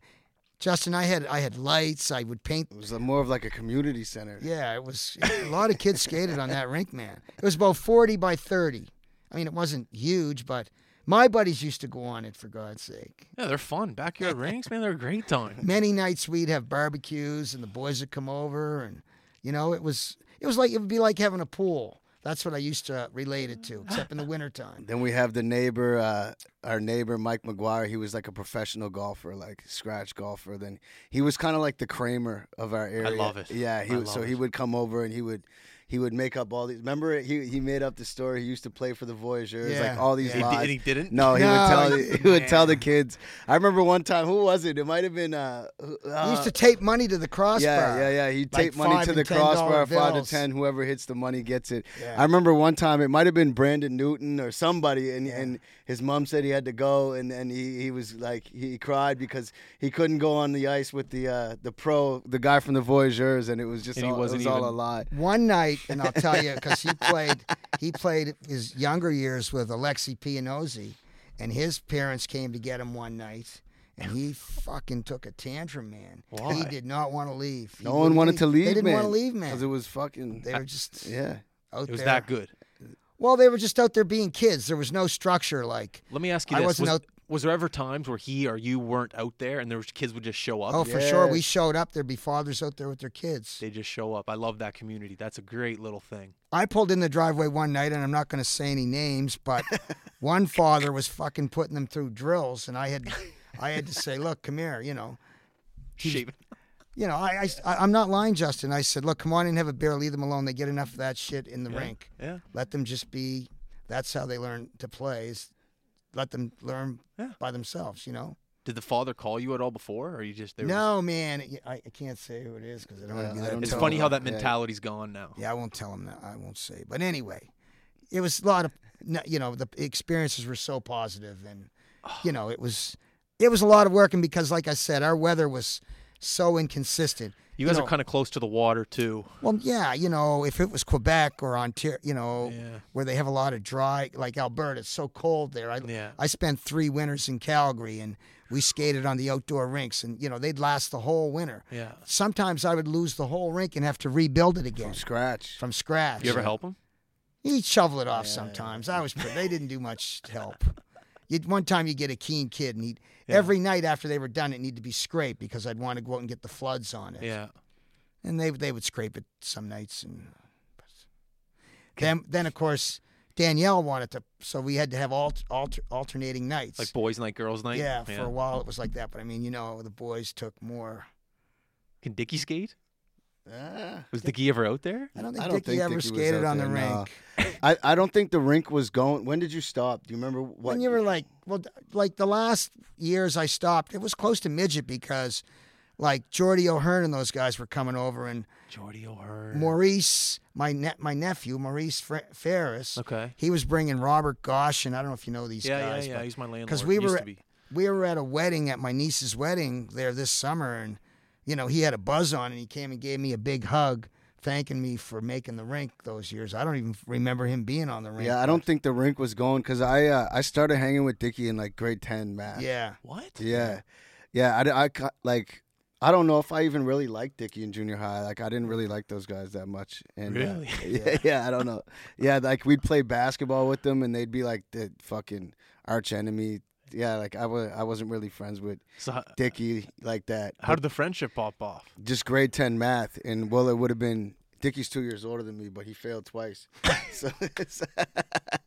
Speaker 3: Justin, I had I had lights. I would paint
Speaker 2: It was a- more of like a community center.
Speaker 3: yeah, it was a lot of kids skated on that rink, man. It was about 40 by 30. I mean, it wasn't huge, but my buddies used to go on it for God's sake.
Speaker 1: Yeah, they're fun. Backyard rinks, man, they're a great time.
Speaker 3: Many nights we'd have barbecues and the boys would come over and you know, it was it was like it would be like having a pool. That's what I used to relate it to, except in the wintertime.
Speaker 2: Then we have the neighbor, uh, our neighbor Mike McGuire. He was like a professional golfer, like scratch golfer. Then he was kind of like the Kramer of our area.
Speaker 1: love it.
Speaker 2: Yeah, he
Speaker 1: I
Speaker 2: was- so
Speaker 1: love
Speaker 2: he
Speaker 1: it.
Speaker 2: would come over and he would he would make up all these. Remember, he he made up the story. He used to play for the Voyageurs, like
Speaker 3: Yeah,
Speaker 2: all these
Speaker 1: He di-
Speaker 2: lies.
Speaker 1: and he didn't?
Speaker 2: No, he
Speaker 3: No,
Speaker 2: would tell
Speaker 3: he-
Speaker 2: the, he would tell the kids. I remember one time, who was it? It might have been uh, who-
Speaker 3: I
Speaker 2: uh
Speaker 3: used to tape money to the crossbar.
Speaker 2: yeah, yeah, yeah. He
Speaker 3: Like
Speaker 2: taped money
Speaker 3: five
Speaker 2: to
Speaker 3: and
Speaker 2: the
Speaker 3: ten dollar
Speaker 2: crossbar, five to
Speaker 3: bills.
Speaker 2: ten. Whoever hits the money gets it.
Speaker 3: Yeah.
Speaker 2: I remember one time it might have been Brandon Newton or somebody, and, and his mom said he had to go, and, and he, he was like he cried because he couldn't go on the ice with the uh, the pro, the guy from the Voyageurs, and it was just
Speaker 1: And he
Speaker 2: all,
Speaker 1: wasn't
Speaker 2: it was all a
Speaker 1: even-
Speaker 2: lie.
Speaker 3: One night, and I'll tell you because he played he played his younger years with Alexi Pianozzi, and his parents came to get him one night, and he fucking took a tantrum, man.
Speaker 1: Why?
Speaker 3: He did not want to leave. He
Speaker 2: No one
Speaker 3: wouldn't
Speaker 2: wanted to leave.
Speaker 3: They didn't
Speaker 2: man,
Speaker 3: want to leave, man.
Speaker 2: because it was fucking.
Speaker 3: they were just
Speaker 2: yeah,
Speaker 3: out
Speaker 1: It was
Speaker 3: there.
Speaker 1: that good.
Speaker 3: Well, they were just out there being kids. There was no structure. Like,
Speaker 1: Let me ask you
Speaker 3: I
Speaker 1: this:
Speaker 3: wasn't
Speaker 1: was,
Speaker 3: out-
Speaker 1: was there ever times where he or you weren't out there, and there was kids would just show up?
Speaker 3: oh, for sure, we
Speaker 2: Yes.
Speaker 3: showed up. There'd be fathers out there with their kids.
Speaker 1: They just show up. I love that community. That's a great little thing.
Speaker 3: I pulled in the driveway one night, and I'm not going to say any names, but one father was fucking putting them through drills, and I had, I had to say, look, come here, you know,
Speaker 1: Shape.
Speaker 3: you know, I, I, I'm not lying, Justin. I said, look, come on in, have a beer, leave them alone. They get enough of that shit in the rink.
Speaker 1: Yeah.
Speaker 3: Let them just be. That's how they learn to play. Is let them learn
Speaker 1: Yeah.
Speaker 3: by themselves. You know.
Speaker 1: Did the father call you at all before, or you just they were
Speaker 3: no, man, I, I can't say who it is because I don't want
Speaker 2: Yeah,
Speaker 3: to be
Speaker 2: I
Speaker 3: that.
Speaker 2: don't
Speaker 1: Just, it's
Speaker 2: No.
Speaker 1: funny how that
Speaker 2: Yeah.
Speaker 1: mentality's gone now.
Speaker 3: Yeah, I won't tell him that. I won't say. But anyway, it was a lot of, no- you know, the experiences were so positive, and you know, it was, it was a lot of work, and because, like I said, our weather was so inconsistent.
Speaker 1: You guys
Speaker 3: know,
Speaker 1: are kind of close to the water too.
Speaker 3: Well, yeah, you know, if it was Quebec or Ontario, you know,
Speaker 1: Yeah.
Speaker 3: where they have a lot of dry, like Alberta, it's so cold there. I,
Speaker 1: Yeah.
Speaker 3: I spent three winters in Calgary, and we skated on the outdoor rinks, and you know, they'd last the whole winter.
Speaker 1: Yeah.
Speaker 3: Sometimes I would lose the whole rink and have to rebuild it again
Speaker 2: from scratch.
Speaker 3: from scratch.
Speaker 1: You ever help him?
Speaker 3: He'd shovel it off sometimes. I was pretty, they didn't do much help. You'd, one time you would get a keen kid, and he'd, every night after they were done, it needed to be scraped because I'd want to go out and get the floods on it.
Speaker 1: Yeah.
Speaker 3: And they they would scrape it some nights, and then then of course Danielle wanted to, so we had to have alt, alter, alternating nights.
Speaker 1: Like boys' night, girls' night.
Speaker 3: yeah, for a while it was like that, but I mean, you know, the boys took more.
Speaker 1: Can Dicky skate?
Speaker 2: Ah.
Speaker 1: Was Dicky ever out there?
Speaker 3: I don't think
Speaker 2: I don't
Speaker 3: Dickie
Speaker 2: think
Speaker 3: ever
Speaker 2: Dickie was
Speaker 3: skated
Speaker 2: out
Speaker 3: on the
Speaker 2: there, no.
Speaker 3: rink.
Speaker 2: I, I don't think the rink was going. When did you stop? Do you remember what?
Speaker 3: when you were like well th- like the last years i stopped it was close to midget because like Jordy O'Hearn and those guys were coming over, and
Speaker 1: Jordy O'Hearn.
Speaker 3: Maurice, my ne- my nephew Maurice Fer- Ferris,
Speaker 1: Okay.
Speaker 3: he was bringing Robert Gosh, and I don't know if you know these
Speaker 1: Yeah,
Speaker 3: guys,
Speaker 1: yeah, yeah. He's my landlord.
Speaker 3: because we
Speaker 1: Used
Speaker 3: were
Speaker 1: to be.
Speaker 3: we were at a wedding at my niece's wedding there this summer, and you know he had a buzz on, and he came and gave me a big hug, thanking me for making the rink those years. I don't even remember him being on the rink.
Speaker 2: yeah, I don't think the rink was going because I uh, I started hanging with Dickie in like grade ten math.
Speaker 3: yeah,
Speaker 1: What?
Speaker 2: Yeah, yeah. I, I ca- like I don't know if I even really liked Dickie in junior high. Like I didn't really like those guys that much. And, uh,
Speaker 1: Really?
Speaker 2: yeah, yeah. I don't know. Yeah, like we'd play basketball with them, and they'd be like the fucking arch enemy. Yeah, like I was I wasn't really friends with
Speaker 1: So how,
Speaker 2: Dickie like that.
Speaker 1: how did the friendship pop off?
Speaker 2: just grade 10 math and well it would have been Dickie's two years older than me but he failed twice so, so,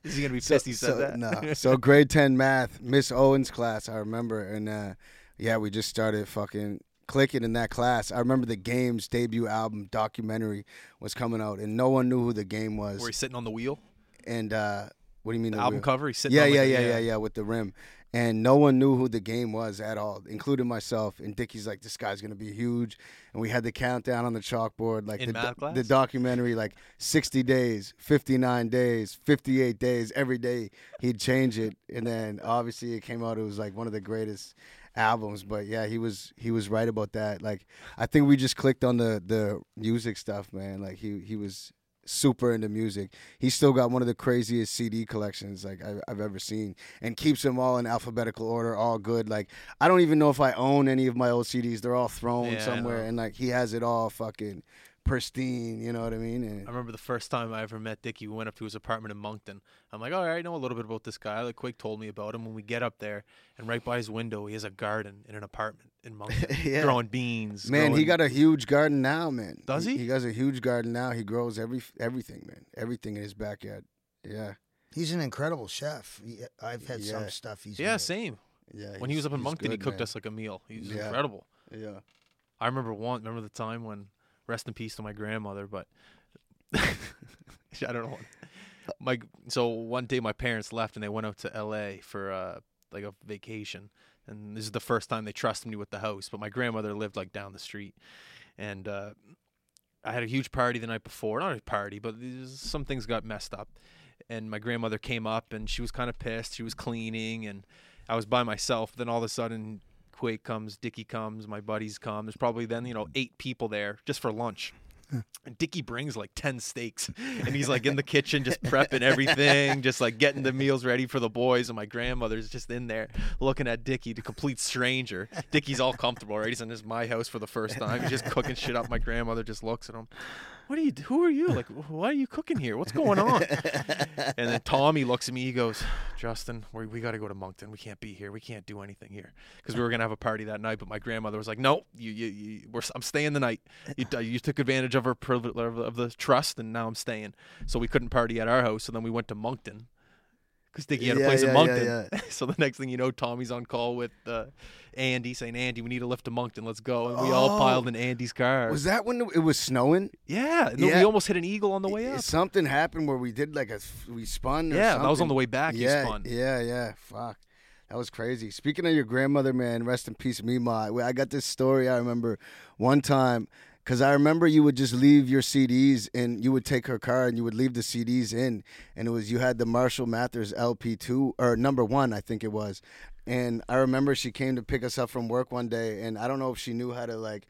Speaker 1: Is he gonna be
Speaker 2: so,
Speaker 1: pissed? he said that.
Speaker 2: no. so grade 10 math miss owen's class i remember and uh, yeah we just started fucking clicking in that class i remember the game's debut album documentary was coming out and no one knew who the game was
Speaker 1: Where he's sitting on the wheel,
Speaker 2: and uh, what do you mean
Speaker 1: the
Speaker 2: the
Speaker 1: album
Speaker 2: wheel?
Speaker 1: cover. He's sitting.
Speaker 2: yeah,
Speaker 1: on
Speaker 2: yeah,
Speaker 1: like,
Speaker 2: yeah,
Speaker 1: a-
Speaker 2: yeah, yeah, with the rim. And no one knew who the game was at all, including myself. And Dickie's like, this guy's going to be huge. And we had the countdown on the chalkboard, like
Speaker 1: In
Speaker 2: the,
Speaker 1: math
Speaker 2: do-
Speaker 1: class?
Speaker 2: the documentary, like 60 days, 59 days, 58 days. Every day he'd change it. And then obviously it came out, it was like one of the greatest albums but yeah he was he was right about that like i think we just clicked on the the music stuff man like he he was super into music. He's still got one of the craziest CD collections like I've, I've ever seen, and keeps them all in alphabetical order, all good. Like I don't even know if I own any of my old CDs; they're all thrown
Speaker 1: Yeah, I
Speaker 2: somewhere,
Speaker 1: know.
Speaker 2: and like he has it all fucking pristine. You know what I mean? And
Speaker 1: I remember the first time I ever met Dickie. We went up to his apartment in Moncton. I'm like, all right, I know a little bit about this guy. Like Quake told me about him. When we get up there, and right by his window, he has a garden in an apartment in Moncton,
Speaker 2: Yeah.
Speaker 1: growing beans.
Speaker 2: man, he
Speaker 1: growing-
Speaker 2: got a huge garden now, man.
Speaker 1: Does he?
Speaker 2: He has a huge garden now. He grows every everything, man. Everything in his backyard. Yeah,
Speaker 3: he's an incredible chef. He- I've had
Speaker 2: Yeah.
Speaker 3: some stuff he's
Speaker 1: Yeah,
Speaker 3: made.
Speaker 1: same.
Speaker 2: yeah.
Speaker 1: When he
Speaker 2: he's-
Speaker 1: was up in
Speaker 2: he's
Speaker 1: Moncton, he
Speaker 2: good,
Speaker 1: cooked
Speaker 2: man.
Speaker 1: us like a meal. He was
Speaker 2: Yeah.
Speaker 1: incredible.
Speaker 2: Yeah.
Speaker 1: I remember one. Remember the time when, rest in peace to my grandmother, but I don't know. My so one day my parents left and they went out to L.A. for uh, like a vacation, and this is the first time they trusted me with the house. But my grandmother lived like down the street, and uh, I had a huge party the night before. Not a party, but these- some things got messed up. And my grandmother came up and she was kind of pissed. She was cleaning and I was by myself. Then all of a sudden, Quake comes, Dickie comes, my buddies come. There's probably then, you know, eight people there just for lunch. And Dickie brings like 10 steaks and he's like in the kitchen just prepping everything, just like getting the meals ready for the boys. And my grandmother's just in there looking at Dickie, the complete stranger. Dickie's all comfortable, right? He's in his my house for the first time. He's just cooking shit up. My grandmother just looks at him. what are you? Who are you? Like, why are you cooking here? What's going on? and then Tommy looks at me. He goes, Justin, we, we got to go to Moncton. We can't be here. We can't do anything here because we were gonna have a party that night. But my grandmother was like, No, you, you, you we're, I'm staying the night. You, t- you took advantage of her privilege of the trust, and now I'm staying. So we couldn't party at our house. So then we went to Moncton because Dickie had a
Speaker 2: Yeah,
Speaker 1: place in
Speaker 2: yeah, yeah,
Speaker 1: Moncton.
Speaker 2: yeah.
Speaker 1: so the next thing you know, Tommy's on call with uh, Andy saying, Andy, we need a lift to Moncton. Let's go. And we all
Speaker 2: Oh.
Speaker 1: piled in Andy's car.
Speaker 2: Was that when it was snowing?
Speaker 1: yeah, and then
Speaker 2: Yeah.
Speaker 1: We almost hit an eagle on the way up.
Speaker 2: Something happened where we did like a we spun. Or
Speaker 1: Yeah, that was on
Speaker 2: something.
Speaker 1: the way back.
Speaker 2: yeah,
Speaker 1: He spun.
Speaker 2: Yeah, yeah. Fuck. That was crazy. Speaking of your grandmother, man, rest in peace, Mima. I- I got this story I remember one time because I remember you would just leave your CDs and you would take her car and you would leave the CDs in. And it was, you had the Marshall Mathers LP2 or number one, I think it was. And I remember she came to pick us up from work one day and I don't know if she knew how to like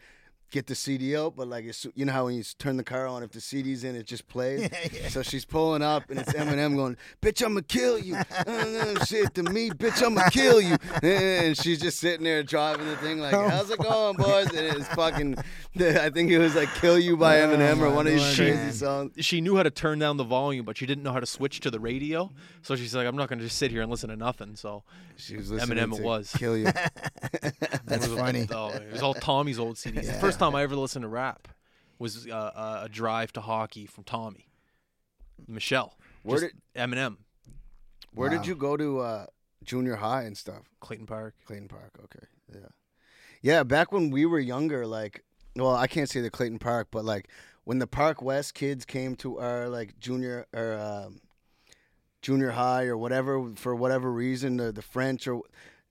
Speaker 2: get the CD out, but like it's, you know how when you s- turn the car on, if the CD's in, it just plays. So she's pulling up, and it's Eminem going, "Bitch, I'ma kill you." Uh, Shit to me, bitch, I'ma kill you. And she's just sitting there driving the thing like,
Speaker 3: Oh,
Speaker 2: "How's it going, boys?" And it's fucking. I think it was like "Kill You" by Eminem or
Speaker 3: Oh, my
Speaker 2: one of his
Speaker 3: Lord,
Speaker 2: crazy
Speaker 3: man.
Speaker 2: songs.
Speaker 1: She knew how to turn down the volume, but she didn't know how to switch to the radio. So she's like, I'm not going to just sit here and listen to nothing. So
Speaker 2: She was listening
Speaker 1: Eminem
Speaker 2: to
Speaker 1: it was.
Speaker 2: "Kill You."
Speaker 3: That's
Speaker 1: it was,
Speaker 3: funny.
Speaker 1: Oh, it was all Tommy's old CDs. The first time I ever listened to rap was uh, uh, a drive to hockey from Tommy, Michelle,
Speaker 2: Where
Speaker 1: Just Eminem,
Speaker 2: Where
Speaker 3: Wow.
Speaker 2: did you go to uh, junior high and stuff?
Speaker 1: Clayton Park.
Speaker 2: Clayton Park. Okay. Yeah. Yeah. Back when we were younger, like, well, I can't say the Clayton Park, but like when the Park West kids came to our like junior or um, junior high or whatever for whatever reason, the, the French or.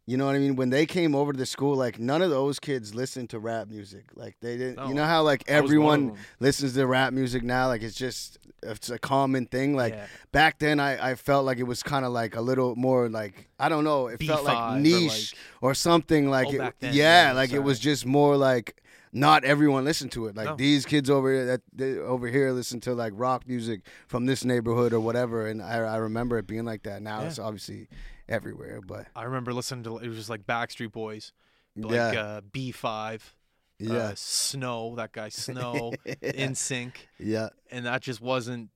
Speaker 2: You know what I mean? When they came over to the school, like none of those kids listened to rap music. Like they didn't.
Speaker 1: No.
Speaker 2: You know how like
Speaker 1: I was one of
Speaker 2: everyone
Speaker 1: them.
Speaker 2: listens to rap music now. Like it's just it's a common thing. Like
Speaker 1: Yeah.
Speaker 2: back then, I, I felt like it was kind of like a little more like I don't know. It felt
Speaker 1: B5
Speaker 2: like
Speaker 1: or,
Speaker 2: niche or, something like
Speaker 1: Oh,
Speaker 2: it,
Speaker 1: back then,
Speaker 2: yeah,
Speaker 1: yeah,
Speaker 2: like it was just more like not everyone listened to it. Like
Speaker 1: No.
Speaker 2: these kids over here that they, over here listen to like rock music from this neighborhood or whatever. And I, I remember it being like that. Now
Speaker 1: Yeah.
Speaker 2: it's obviously everywhere, but
Speaker 1: I remember listening to it was just like Backstreet Boys, like
Speaker 2: yeah,
Speaker 1: uh, B5,
Speaker 2: yeah,
Speaker 1: uh, Snow, that guy Snow, In Sync,
Speaker 2: yeah,
Speaker 1: and that just wasn't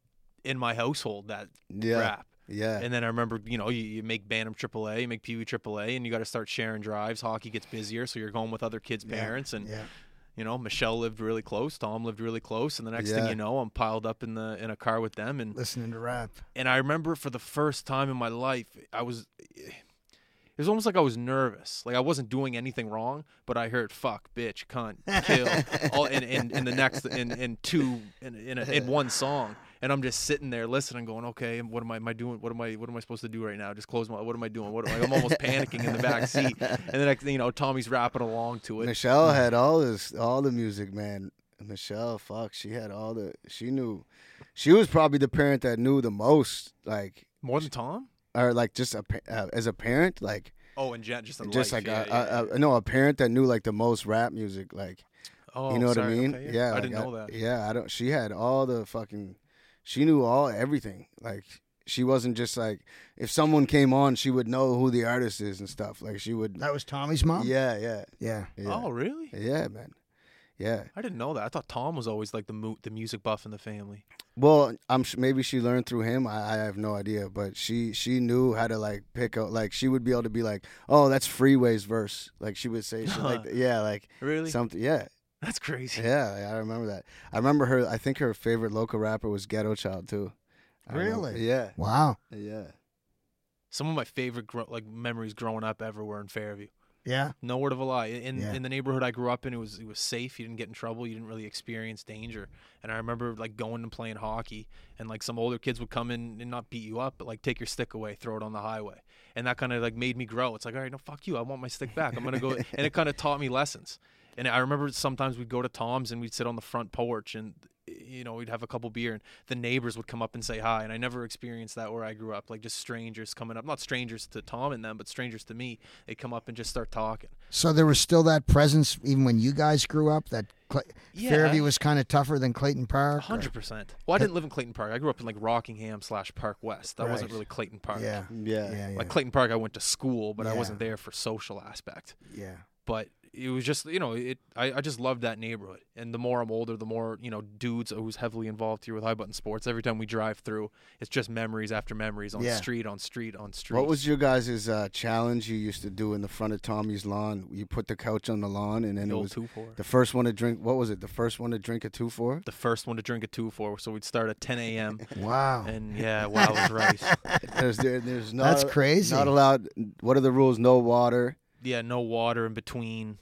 Speaker 1: in my household. That
Speaker 2: yeah,
Speaker 1: rap.
Speaker 2: yeah.
Speaker 1: And then I remember, you know, you, you make Bantam AAA, you make Pee Wee AAA, and you got to start sharing drives. Hockey gets busier, so you're going with other kids' parents. And,
Speaker 3: yeah.
Speaker 1: you know, Michelle lived really close, Tom lived really close. And the next thing
Speaker 2: Yeah.
Speaker 1: you know, I'm piled up in the in a car with them. And,
Speaker 3: Listening to rap.
Speaker 1: and I remember for the first time in my life, I was, it was almost like I was nervous. Like I wasn't doing anything wrong, but I heard fuck, bitch, cunt, kill, all in, in, in the next, in, in two, in, in, a, in one song. And I'm just sitting there listening, going, okay, and what am I, am I doing? What am I, what am I supposed to do right now? Just close my, what am I doing? What, like, I'm almost panicking in the back seat. And then, you know, Tommy's rapping along to it.
Speaker 2: Michelle had all this, all the music, man. Michelle, fuck, she had all the. She knew, she was probably the parent that knew the most, like,
Speaker 1: More than Tom?
Speaker 2: or like just a, pa- uh, as a parent, like
Speaker 1: Oh, and Jen, just in
Speaker 2: just
Speaker 1: life.
Speaker 2: like
Speaker 1: yeah,
Speaker 2: a,
Speaker 1: yeah, yeah.
Speaker 2: a, a no, a parent that knew like the most rap music, like
Speaker 1: oh,
Speaker 2: you know what I
Speaker 1: sorry,
Speaker 2: mean?
Speaker 1: okay,
Speaker 2: yeah,
Speaker 1: I
Speaker 2: like,
Speaker 1: didn't know that.
Speaker 2: Yeah, I don't. She had all the fucking. She knew all everything. Like she wasn't just like if someone came on, she would know who the artist is and stuff. Like she would.
Speaker 3: That was Tommy's mom?
Speaker 2: Yeah, yeah,
Speaker 3: Yeah.
Speaker 2: yeah.
Speaker 1: Oh, really?
Speaker 2: Yeah, man. Yeah.
Speaker 1: I didn't know that. I thought Tom was always like the mu- the music buff in the family.
Speaker 2: Well, I'm sh- maybe she learned through him. I, I have no idea, but she she knew how to like pick out. Like she would be able to be like, "Oh, that's Freeway's verse." Like she would say, shit like that. yeah, like
Speaker 1: Really?
Speaker 2: something. Yeah,
Speaker 1: That's crazy.
Speaker 2: yeah. I remember that. I remember her. I think her favorite local rapper was Ghetto Child too. I remember-
Speaker 3: Really?
Speaker 2: yeah.
Speaker 3: Wow.
Speaker 2: Yeah.
Speaker 1: Some of my favorite gro- like memories growing up ever were in Fairview.
Speaker 3: Yeah.
Speaker 1: No word of a lie. In
Speaker 3: Yeah.
Speaker 1: in the neighborhood I grew up in, it was it was safe. You didn't get in trouble. You didn't really experience danger. And I remember like going and playing hockey, and like some older kids would come in and not beat you up, but like take your stick away, throw it on the highway, and that kind of like made me grow. It's like, all right, no, fuck you. I want my stick back. I'm gonna go, and it kind of taught me lessons. And I remember sometimes we'd go to Tom's and we'd sit on the front porch and you know we'd have a couple beer and the neighbors would come up and say hi and I never experienced that where I grew up like just strangers coming up not strangers to Tom and them but strangers to me they come up and just start talking
Speaker 3: So there was still that presence even when you guys grew up. That Cla-
Speaker 1: Yeah.
Speaker 3: Fairview was kind of tougher than Clayton Park. or-
Speaker 1: Hundred percent. Well, I didn't live in Clayton Park. I grew up in like Rockingham slash Park West. That wasn't
Speaker 3: Right.
Speaker 1: really Clayton Park.
Speaker 3: Yeah.
Speaker 2: Yeah.
Speaker 3: Yeah. Yeah.
Speaker 1: Like Clayton Park, I went to school, but I
Speaker 3: Yeah.
Speaker 1: wasn't there for social aspect.
Speaker 3: yeah.
Speaker 1: But it was just you know it I, I just loved that neighborhood and the more i'm older the more you know dudes who's heavily involved here with high button sports every time we drive through it's just memories after memories on
Speaker 3: Yeah.
Speaker 1: street on street on street
Speaker 2: What was your guys' uh, challenge you used to do in the front of Tommy's lawn? You put the couch on the lawn, and then
Speaker 1: the
Speaker 2: it
Speaker 1: old
Speaker 2: was
Speaker 1: two four
Speaker 2: the first one to drink. What was it? The first one to drink a two four.
Speaker 1: the first one to drink a two four so we'd start at 10 a.m
Speaker 3: Wow.
Speaker 1: and yeah wow was rice
Speaker 2: There's there, there's not
Speaker 3: That's crazy.
Speaker 2: Not allowed. What are the rules? No water.
Speaker 1: yeah no water in between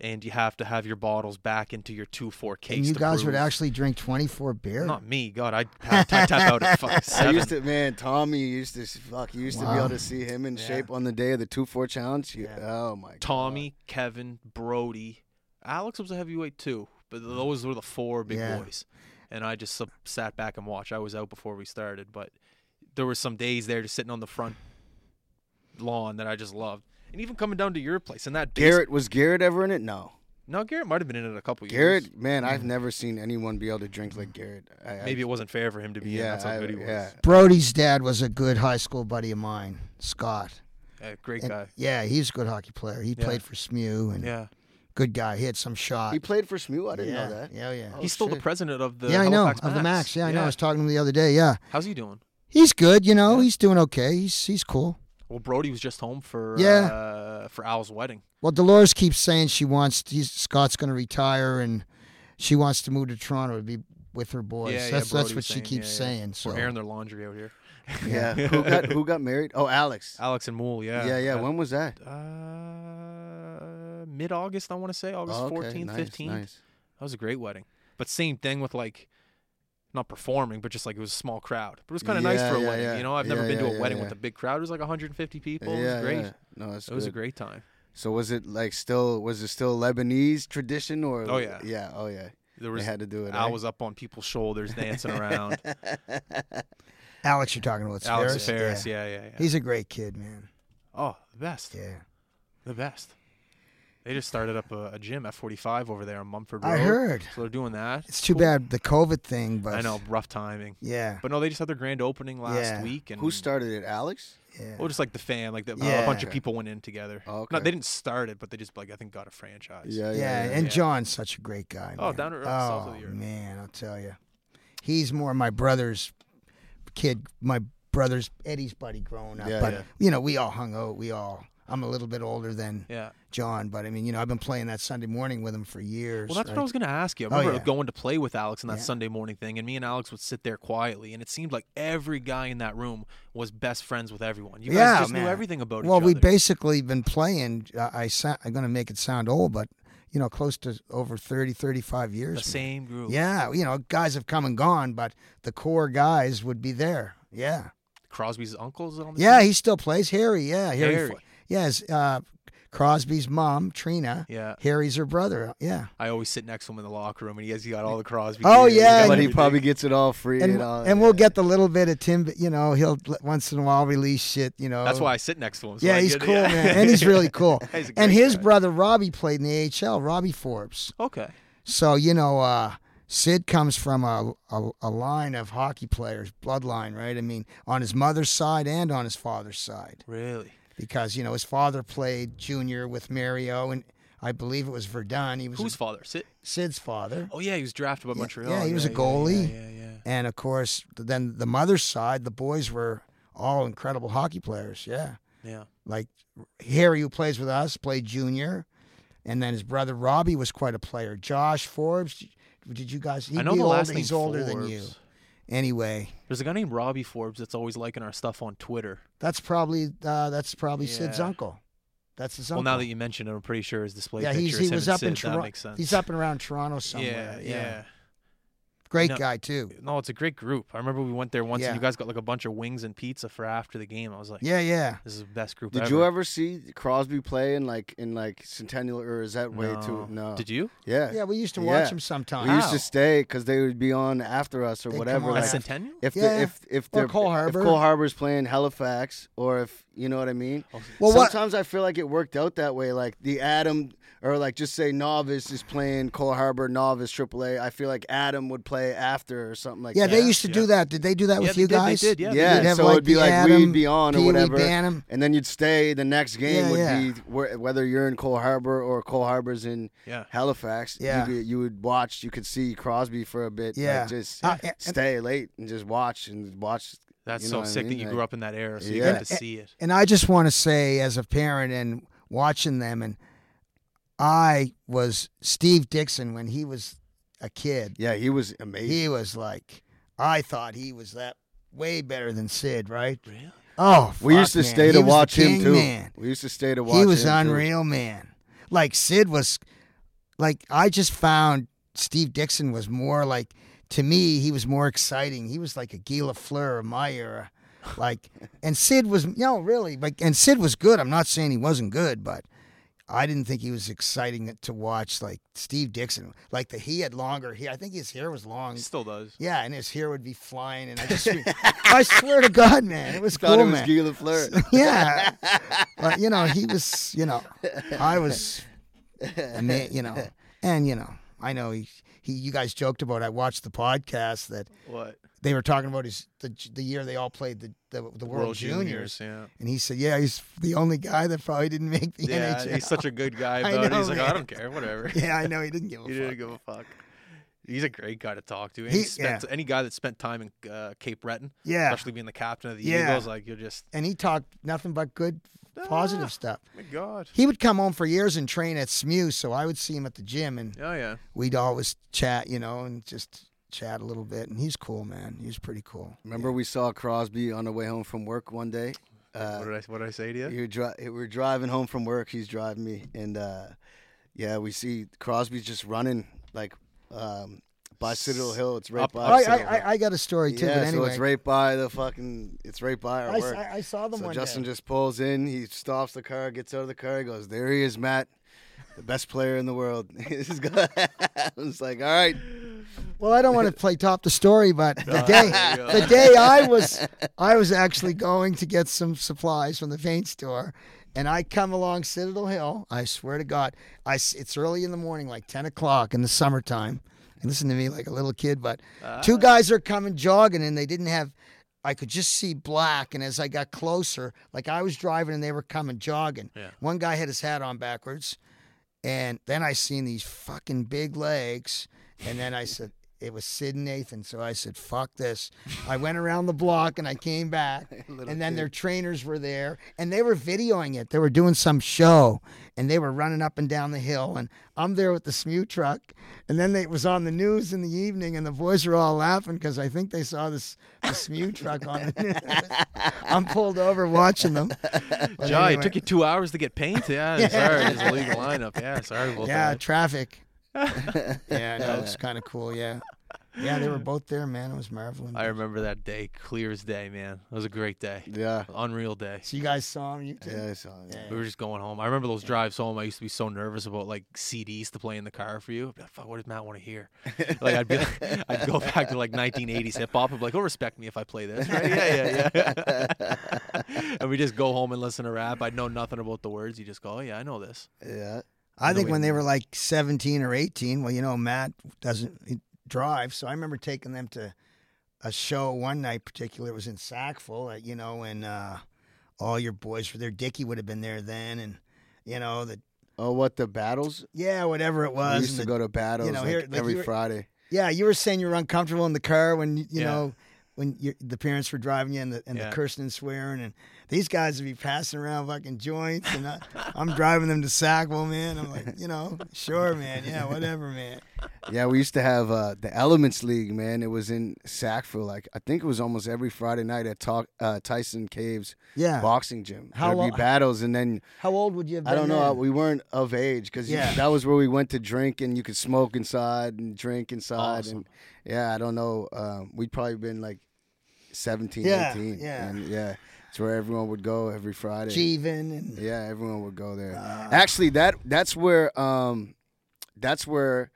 Speaker 1: and you have to have your bottles back into your two four case
Speaker 3: and you
Speaker 1: to
Speaker 3: guys would
Speaker 1: brew.
Speaker 3: actually drink 24 beer.
Speaker 1: not me god i tap, tap out at fuck
Speaker 2: I
Speaker 1: seven.
Speaker 2: used to, man. Tommy used to fuck. You used to be
Speaker 3: Wow.
Speaker 2: able to see him in shape on the day of the two four challenge. You- Oh my. God.
Speaker 1: Tommy, Kevin, Brody. Alex was a heavyweight too, but those were the four big
Speaker 3: Mm. Yeah.
Speaker 1: boys. And I just sup- sat back and watched. I was out before we started, but there were some days there just sitting on the front lawn that I just loved. And even coming down to your place and that base-
Speaker 2: Garrett was Garrett ever in it? No.
Speaker 1: No, Garrett might have been in it a couple years.
Speaker 2: Garrett, man, I've never seen anyone be able to drink like Garrett. I, I-
Speaker 1: Maybe it wasn't fair for him to be in.
Speaker 2: yeah,
Speaker 1: That's how
Speaker 2: I-
Speaker 1: good he was.
Speaker 2: yeah.
Speaker 3: Brody's dad was a good high school buddy of mine, Scott.
Speaker 1: A great
Speaker 3: And-
Speaker 1: guy.
Speaker 3: yeah, he was a good hockey player. He
Speaker 1: Yeah.
Speaker 3: played for SMU and
Speaker 1: Yeah.
Speaker 3: good guy. He had some shot.
Speaker 2: He played for SMU. I didn't
Speaker 3: yeah.
Speaker 2: know that.
Speaker 3: Yeah, yeah.
Speaker 1: He's still the president of the
Speaker 3: Oh, yeah, I know
Speaker 1: Halifax
Speaker 3: of the Max. Yeah, I know. I
Speaker 1: Yeah.
Speaker 3: was talking to him the other day. Yeah,
Speaker 1: How's he doing?
Speaker 3: he's good. You know, he's doing okay. He's he's cool.
Speaker 1: Well, Brody was just home for
Speaker 3: Yeah.
Speaker 1: uh, for Al's wedding.
Speaker 3: Well, Dolores keeps saying she wants he's, Scott's going to retire and she wants to move to Toronto to be with her boys.
Speaker 1: Yeah, yeah,
Speaker 3: that's
Speaker 1: Brody
Speaker 3: that's what
Speaker 1: was
Speaker 3: she
Speaker 1: saying.
Speaker 3: keeps
Speaker 1: Yeah, yeah.
Speaker 3: saying. So
Speaker 1: We're airing their laundry out here.
Speaker 2: Yeah. who got who got married? Oh, Alex.
Speaker 1: Alex and Mool, yeah.
Speaker 2: Yeah, yeah.
Speaker 1: That-
Speaker 2: When was that?
Speaker 1: uh, mid August, I want to say August
Speaker 2: Oh, okay,
Speaker 1: 14th,
Speaker 2: nice,
Speaker 1: 15th.
Speaker 2: nice.
Speaker 1: That was a great wedding. But same thing with like not performing, but just like it was a small crowd. But it was kind of nice
Speaker 2: Yeah,
Speaker 1: for a
Speaker 2: yeah,
Speaker 1: wedding.
Speaker 2: yeah.
Speaker 1: You know, I've never
Speaker 2: Yeah,
Speaker 1: been to
Speaker 2: yeah,
Speaker 1: a
Speaker 2: yeah,
Speaker 1: wedding
Speaker 2: yeah.
Speaker 1: with a big crowd. It was like 150 people. it was
Speaker 2: Yeah,
Speaker 1: great.
Speaker 2: yeah. No, that's
Speaker 1: It was a
Speaker 2: good.
Speaker 1: great time.
Speaker 2: So was it like still was it still Lebanese tradition or?
Speaker 1: Oh, yeah.
Speaker 2: Yeah. Oh yeah.
Speaker 1: There
Speaker 2: They
Speaker 1: was
Speaker 2: had to do it.
Speaker 1: I
Speaker 2: eh?
Speaker 1: was up on people's shoulders dancing around.
Speaker 3: Alex, you're talking about
Speaker 1: Alex
Speaker 3: Ferris?
Speaker 1: Ferris, yeah, yeah, yeah.
Speaker 3: He's a great kid, man.
Speaker 1: oh, the best,
Speaker 3: Yeah.
Speaker 1: the best. They just started up a, a gym at 45 over there on Mumford Road.
Speaker 3: I heard.
Speaker 1: So they're doing that.
Speaker 3: It's too bad the COVID thing, but
Speaker 1: I know, rough timing.
Speaker 3: Yeah,
Speaker 1: But no, they just had their grand opening last
Speaker 3: Yeah.
Speaker 1: week, and
Speaker 2: Who started it? Alex.
Speaker 3: yeah.
Speaker 1: Well, just like the fan, like the, a
Speaker 3: Yeah.
Speaker 1: bunch of people went in together. Not,
Speaker 2: Oh, okay.
Speaker 1: they didn't start it, but they just like I think got a franchise.
Speaker 2: Yeah. Yeah.
Speaker 3: yeah,
Speaker 2: yeah.
Speaker 3: and
Speaker 1: yeah.
Speaker 3: John's such a great guy.
Speaker 1: Oh,
Speaker 3: man.
Speaker 1: down to earth, south of
Speaker 3: Oh
Speaker 1: the earth.
Speaker 3: man, I'll tell you, he's more my brother's kid, my brother's Eddie's buddy growing up.
Speaker 2: Yeah,
Speaker 3: but
Speaker 2: yeah.
Speaker 3: you know, we all hung out. We all. I'm a little bit older than
Speaker 1: Yeah.
Speaker 3: John, but I mean, you know, I've been playing that Sunday morning with him for years.
Speaker 1: Well, that's what I
Speaker 3: right?
Speaker 1: was going to ask you. I
Speaker 3: Oh,
Speaker 1: remember
Speaker 3: yeah.
Speaker 1: going to play with Alex on that
Speaker 3: Yeah.
Speaker 1: Sunday morning thing, and me and Alex would sit there quietly, and it seemed like every guy in that room was best friends with everyone. You guys
Speaker 3: yeah,
Speaker 1: just
Speaker 3: man.
Speaker 1: knew everything about
Speaker 3: Well,
Speaker 1: each
Speaker 3: we
Speaker 1: other.
Speaker 3: basically been playing. Uh, I sa- I'm going to make it sound old, but you know, close to over 30, 35 years.
Speaker 1: the same group.
Speaker 3: Yeah, you know, guys have come and gone, but the core guys would be there. Yeah,
Speaker 1: Crosby's uncle's on the
Speaker 3: yeah,
Speaker 1: team?
Speaker 3: he still plays Harry. Yeah, Harry.
Speaker 1: Harry.
Speaker 3: Fo- yes, uh, Crosby's mom, Trina.
Speaker 1: Yeah.
Speaker 3: Harry's her brother. Yeah,
Speaker 1: I always sit next to him in the locker room, and he has he got all the Crosby.
Speaker 3: Oh,
Speaker 1: gear, he's
Speaker 3: yeah,
Speaker 1: got
Speaker 2: But he
Speaker 1: everything.
Speaker 2: probably gets it all free
Speaker 3: and
Speaker 2: and all.
Speaker 3: and we'll get the little bit of Tim. You know, he'll l- once in a while release shit. You know,
Speaker 1: That's why I sit next to him. so
Speaker 3: yeah,
Speaker 1: I
Speaker 3: he's
Speaker 1: get it.
Speaker 3: cool, man, and he's really cool.
Speaker 1: He's a
Speaker 3: and
Speaker 1: great
Speaker 3: his
Speaker 1: guy.
Speaker 3: brother Robbie played in the AHL. Robbie Forbes.
Speaker 1: Okay.
Speaker 3: So you know, uh, Sid comes from a, a a line of hockey players, bloodline, right? I mean, on his mother's side and on his father's side,
Speaker 1: Really.
Speaker 3: because you know his father played junior with Mario, and I believe it was Verdun. He was
Speaker 1: Whose father? Sit.
Speaker 3: Sid's father,
Speaker 1: Oh yeah, he was drafted by Montreal.
Speaker 3: yeah, he was a
Speaker 1: Yeah,
Speaker 3: goalie.
Speaker 1: yeah, yeah.
Speaker 3: and of course, then the mother's side, the boys were all incredible hockey players. Yeah,
Speaker 1: yeah. yeah.
Speaker 3: like Harry, who plays with us, played junior, and then his brother Robbie was quite a player. Josh Forbes. Did you guys? He'd
Speaker 1: I know
Speaker 3: be
Speaker 1: the last
Speaker 3: older,
Speaker 1: name
Speaker 3: He's older than
Speaker 1: Forbes.
Speaker 3: you. Anyway,
Speaker 1: There's a guy named Robbie Forbes that's always liking our stuff on Twitter.
Speaker 3: that's probably uh, that's probably Sid's
Speaker 1: Yeah.
Speaker 3: uncle. That's his
Speaker 1: Well,
Speaker 3: uncle.
Speaker 1: now that you mention it, I'm pretty sure his display
Speaker 3: yeah,
Speaker 1: picture
Speaker 3: he's,
Speaker 1: is
Speaker 3: he
Speaker 1: him
Speaker 3: was
Speaker 1: and
Speaker 3: up in
Speaker 1: Sid. That
Speaker 3: Toronto.
Speaker 1: makes sense.
Speaker 3: He's up and around Toronto
Speaker 1: Yeah,
Speaker 3: somewhere.
Speaker 1: yeah,
Speaker 3: Great
Speaker 1: No.
Speaker 3: guy too.
Speaker 1: No, it's a great group. I remember we went there once,
Speaker 3: Yeah.
Speaker 1: and you guys got like a bunch of wings and pizza for after the game. I was like,
Speaker 3: Yeah, yeah.
Speaker 1: this is the best group
Speaker 2: Did
Speaker 1: ever.
Speaker 2: you ever see Crosby play in like in like Centennial or is that way
Speaker 1: no.
Speaker 2: too? No.
Speaker 1: Did you?
Speaker 2: Yeah.
Speaker 3: Yeah, we used to
Speaker 2: Yeah.
Speaker 3: watch him
Speaker 2: We
Speaker 3: sometimes.
Speaker 2: used to stay because they would be on after us or
Speaker 3: They'd come
Speaker 2: whatever.
Speaker 3: on
Speaker 1: At
Speaker 2: Like,
Speaker 3: after-
Speaker 1: Centennial?
Speaker 2: if
Speaker 3: Yeah.
Speaker 2: the, if if
Speaker 3: Or
Speaker 2: they're
Speaker 3: Cole Harbour.
Speaker 2: if Cole Harbor's playing Halifax or if you know what I mean.
Speaker 1: Oh,
Speaker 3: Well, what-
Speaker 2: sometimes I feel like it worked out that way. Like the Adam or like just say novice is playing Cole Harbor novice AAA. I feel like Adam would play after or something like
Speaker 3: Yeah,
Speaker 2: that.
Speaker 3: they used to do that. Did they do that
Speaker 1: yeah,
Speaker 3: with
Speaker 1: they
Speaker 3: you
Speaker 1: did, they
Speaker 3: guys?
Speaker 1: did, yeah, they
Speaker 2: Yeah,
Speaker 3: You'd have,
Speaker 2: so
Speaker 3: like,
Speaker 2: it'd be
Speaker 3: the
Speaker 2: like
Speaker 3: Adam,
Speaker 2: we'd be on
Speaker 3: Pee
Speaker 2: or
Speaker 3: Wee
Speaker 2: whatever,
Speaker 3: Bantam.
Speaker 2: and then you'd stay. The next game
Speaker 3: Yeah,
Speaker 2: would
Speaker 3: yeah.
Speaker 2: be where, whether you're in Cole Harbor or Cole Harbor's in
Speaker 1: Yeah.
Speaker 2: Halifax.
Speaker 3: Yeah.
Speaker 2: you, could- you would watch. You could see Crosby for a bit. like,
Speaker 3: Yeah.
Speaker 2: just
Speaker 3: Uh, and-
Speaker 2: stay late and just watch and watch.
Speaker 1: That's
Speaker 2: You know
Speaker 1: so
Speaker 2: what I
Speaker 1: sick
Speaker 2: mean?
Speaker 1: that you
Speaker 2: Like-
Speaker 1: grew up in that era, so you
Speaker 2: Yeah.
Speaker 1: got to
Speaker 3: Yeah.
Speaker 1: see it.
Speaker 3: And I just want to say, as a parent and watching them, and I was Steve Dixon when he was a kid.
Speaker 2: Yeah, he was amazing.
Speaker 3: He was like, I thought he was that way better than Sid, right?
Speaker 1: Really?
Speaker 3: Oh,
Speaker 2: we
Speaker 3: fuck,
Speaker 2: used to
Speaker 3: man.
Speaker 2: stay
Speaker 3: He
Speaker 2: to
Speaker 3: was the
Speaker 2: watch him
Speaker 3: king,
Speaker 2: too.
Speaker 3: Man.
Speaker 2: We used to stay to watch.
Speaker 3: He was
Speaker 2: him, too.
Speaker 3: unreal, man. Like Sid was, like I just found Steve Dixon was more like to me. He was more exciting. He was like a Guy Lafleur of my era, like. and Sid was no really like, and Sid was good. I'm not saying he wasn't good, but I didn't think he was exciting to watch. Like Steve Dixon, like the he had longer hair. I think his hair was long.
Speaker 1: He still does.
Speaker 3: Yeah, and his hair would be flying, and I just, I swear to God, man, it was
Speaker 2: Thought
Speaker 3: cool,
Speaker 2: it was
Speaker 3: man.
Speaker 2: Guy Lafleur.
Speaker 3: Yeah. But, you know, he was, you know, I was, a man, you know, and, you know, I know he, he, you guys joked about, I watched the podcast that
Speaker 1: What?
Speaker 3: they were talking about his, the, the year they all played the, the, the World, Juniors.
Speaker 1: Yeah.
Speaker 3: And he said, yeah, he's the only guy that probably didn't make the
Speaker 1: Yeah,
Speaker 3: NHL.
Speaker 1: he's such a good guy
Speaker 3: I
Speaker 1: about it.
Speaker 3: know,
Speaker 1: He's like, I
Speaker 3: man.
Speaker 1: don't care, whatever.
Speaker 3: yeah, I know. He didn't give a
Speaker 1: He
Speaker 3: fuck.
Speaker 1: didn't give a fuck. He's a great guy to talk to. And
Speaker 3: He-
Speaker 1: he spent, Any guy that spent time in uh, Cape Breton,
Speaker 3: Yeah.
Speaker 1: especially being the captain of the
Speaker 3: Yeah.
Speaker 1: Eagles, like you're just,
Speaker 3: And he talked nothing but good, positive
Speaker 1: Ah.
Speaker 3: stuff.
Speaker 1: my God.
Speaker 3: He would come home for years and train at SMU, so I would see him at the gym and
Speaker 1: Oh yeah.
Speaker 3: we'd always chat, you know, and just chat a little bit. And he's cool, man. He was pretty cool.
Speaker 2: Remember, we saw Crosby on the way home from work one day. Uh,
Speaker 1: What did I What did I say to you?
Speaker 2: You were dri- we we're driving home from work. He's driving me, and uh, yeah, we see Crosby's just running like um, by Citadel Hill. It's right
Speaker 1: Up-
Speaker 2: by.
Speaker 1: up
Speaker 3: I,
Speaker 1: Citadel
Speaker 3: I,
Speaker 1: Hill.
Speaker 3: I, I got a story too,
Speaker 2: yeah,
Speaker 3: but
Speaker 2: so
Speaker 3: anyway,
Speaker 2: it's right by the fucking. It's right by our
Speaker 3: I,
Speaker 2: work.
Speaker 3: I- I saw them
Speaker 2: so
Speaker 3: one
Speaker 2: Justin
Speaker 3: day.
Speaker 2: just pulls in. He stops the car, gets out of the car, he goes, "There he is, Matt." The best player in the world. He's go- I was like, all right.
Speaker 3: Well, I don't want to play top the story, but the
Speaker 1: Ah,
Speaker 3: day
Speaker 1: there you
Speaker 3: the
Speaker 1: go.
Speaker 3: day I was I was actually going to get some supplies from the paint store, and I come along Citadel Hill. I swear to God, I s- it's early in the morning, like ten o'clock in the summertime. And listen to me like a little kid, but
Speaker 1: Uh,
Speaker 3: two guys are coming jogging, and they didn't have. I could just see black, and as I got closer, like I was driving and they were coming jogging.
Speaker 1: Yeah.
Speaker 3: One guy had his hat on backwards, and then I seen these fucking big legs. And then I said, it was Sid and Nathan. So I said, fuck this. I went around the block and I came back.
Speaker 2: Little
Speaker 3: and then
Speaker 2: kid.
Speaker 3: their trainers were there and they were videoing it. They were doing some show and they were running up and down the hill. And I'm there with the SMU truck. And then they, it was on the news in the evening and the boys were all laughing because I think they saw this the SMU truck on the news. I'm pulled over watching them. But
Speaker 1: Jai,
Speaker 3: anyway,
Speaker 1: it took you two hours to get paint. Yeah, sorry, it's a legal lineup. Yeah, sorry about
Speaker 3: Yeah,
Speaker 1: that.
Speaker 3: traffic. yeah, no, it was kind of cool. Yeah. Yeah, they were both there, man. It was marveling.
Speaker 1: I remember that day, clear as day, man. It was a great day,
Speaker 2: Yeah.
Speaker 1: unreal day.
Speaker 3: So you guys saw him? You too?
Speaker 2: Yeah, I saw it.
Speaker 1: We were just going home. I remember those drives home. I used to be so nervous about like CDs to play in the car for you. I'd be like, Fuck, what does Matt want to hear? Like I'd be, like, I'd go back to like 1980s hip hop. and be like, he'll respect me if I play this, right? Yeah, yeah, yeah. and we just go home and listen to rap. I'd know nothing about the words. You just go, oh yeah, I know this.
Speaker 2: Yeah.
Speaker 3: I think
Speaker 1: way-
Speaker 3: when they were like 17 or 18, well, you know, Matt doesn't he drive. So I remember taking them to a show one night, particular. It was in Sackville, uh, you know, and uh, all your boys were there. Dickie would have been there then. And, you know, the,
Speaker 2: Oh, what the battles?
Speaker 3: yeah, whatever it
Speaker 2: We
Speaker 3: was.
Speaker 2: used to
Speaker 3: and the-
Speaker 2: go to battles like,
Speaker 3: here- like,
Speaker 2: every
Speaker 3: you were-
Speaker 2: Friday.
Speaker 3: yeah, you were saying you were uncomfortable in the car when, you you
Speaker 1: Yeah.
Speaker 3: know, when you the parents were driving you and the, and
Speaker 1: Yeah.
Speaker 3: the cursing and swearing. And these guys would be passing around fucking joints. And I, I'm driving them to Sackville, man. I'm like, you know, sure, man. Yeah, whatever, man.
Speaker 2: Yeah, we used to have uh, the Elements League, man. It was in Sackville. Like I think it was almost every Friday night at talk, uh, Tyson Caves
Speaker 3: Yeah.
Speaker 2: boxing gym.
Speaker 3: How
Speaker 2: There'd
Speaker 3: lo-
Speaker 2: be battles, and then
Speaker 3: How old would you have been?
Speaker 2: I don't know. uh,
Speaker 3: then?
Speaker 2: We weren't of age because
Speaker 3: Yeah.
Speaker 2: that was where we went to drink, and you could smoke inside and drink inside. And yeah, I don't know. Um, we'd probably been like 17,
Speaker 3: Yeah,
Speaker 2: 18.
Speaker 3: yeah.
Speaker 2: and yeah, it's where everyone would go every Friday.
Speaker 3: Jeevan and
Speaker 2: Yeah, everyone would go there. Actually, that that's where um, that's where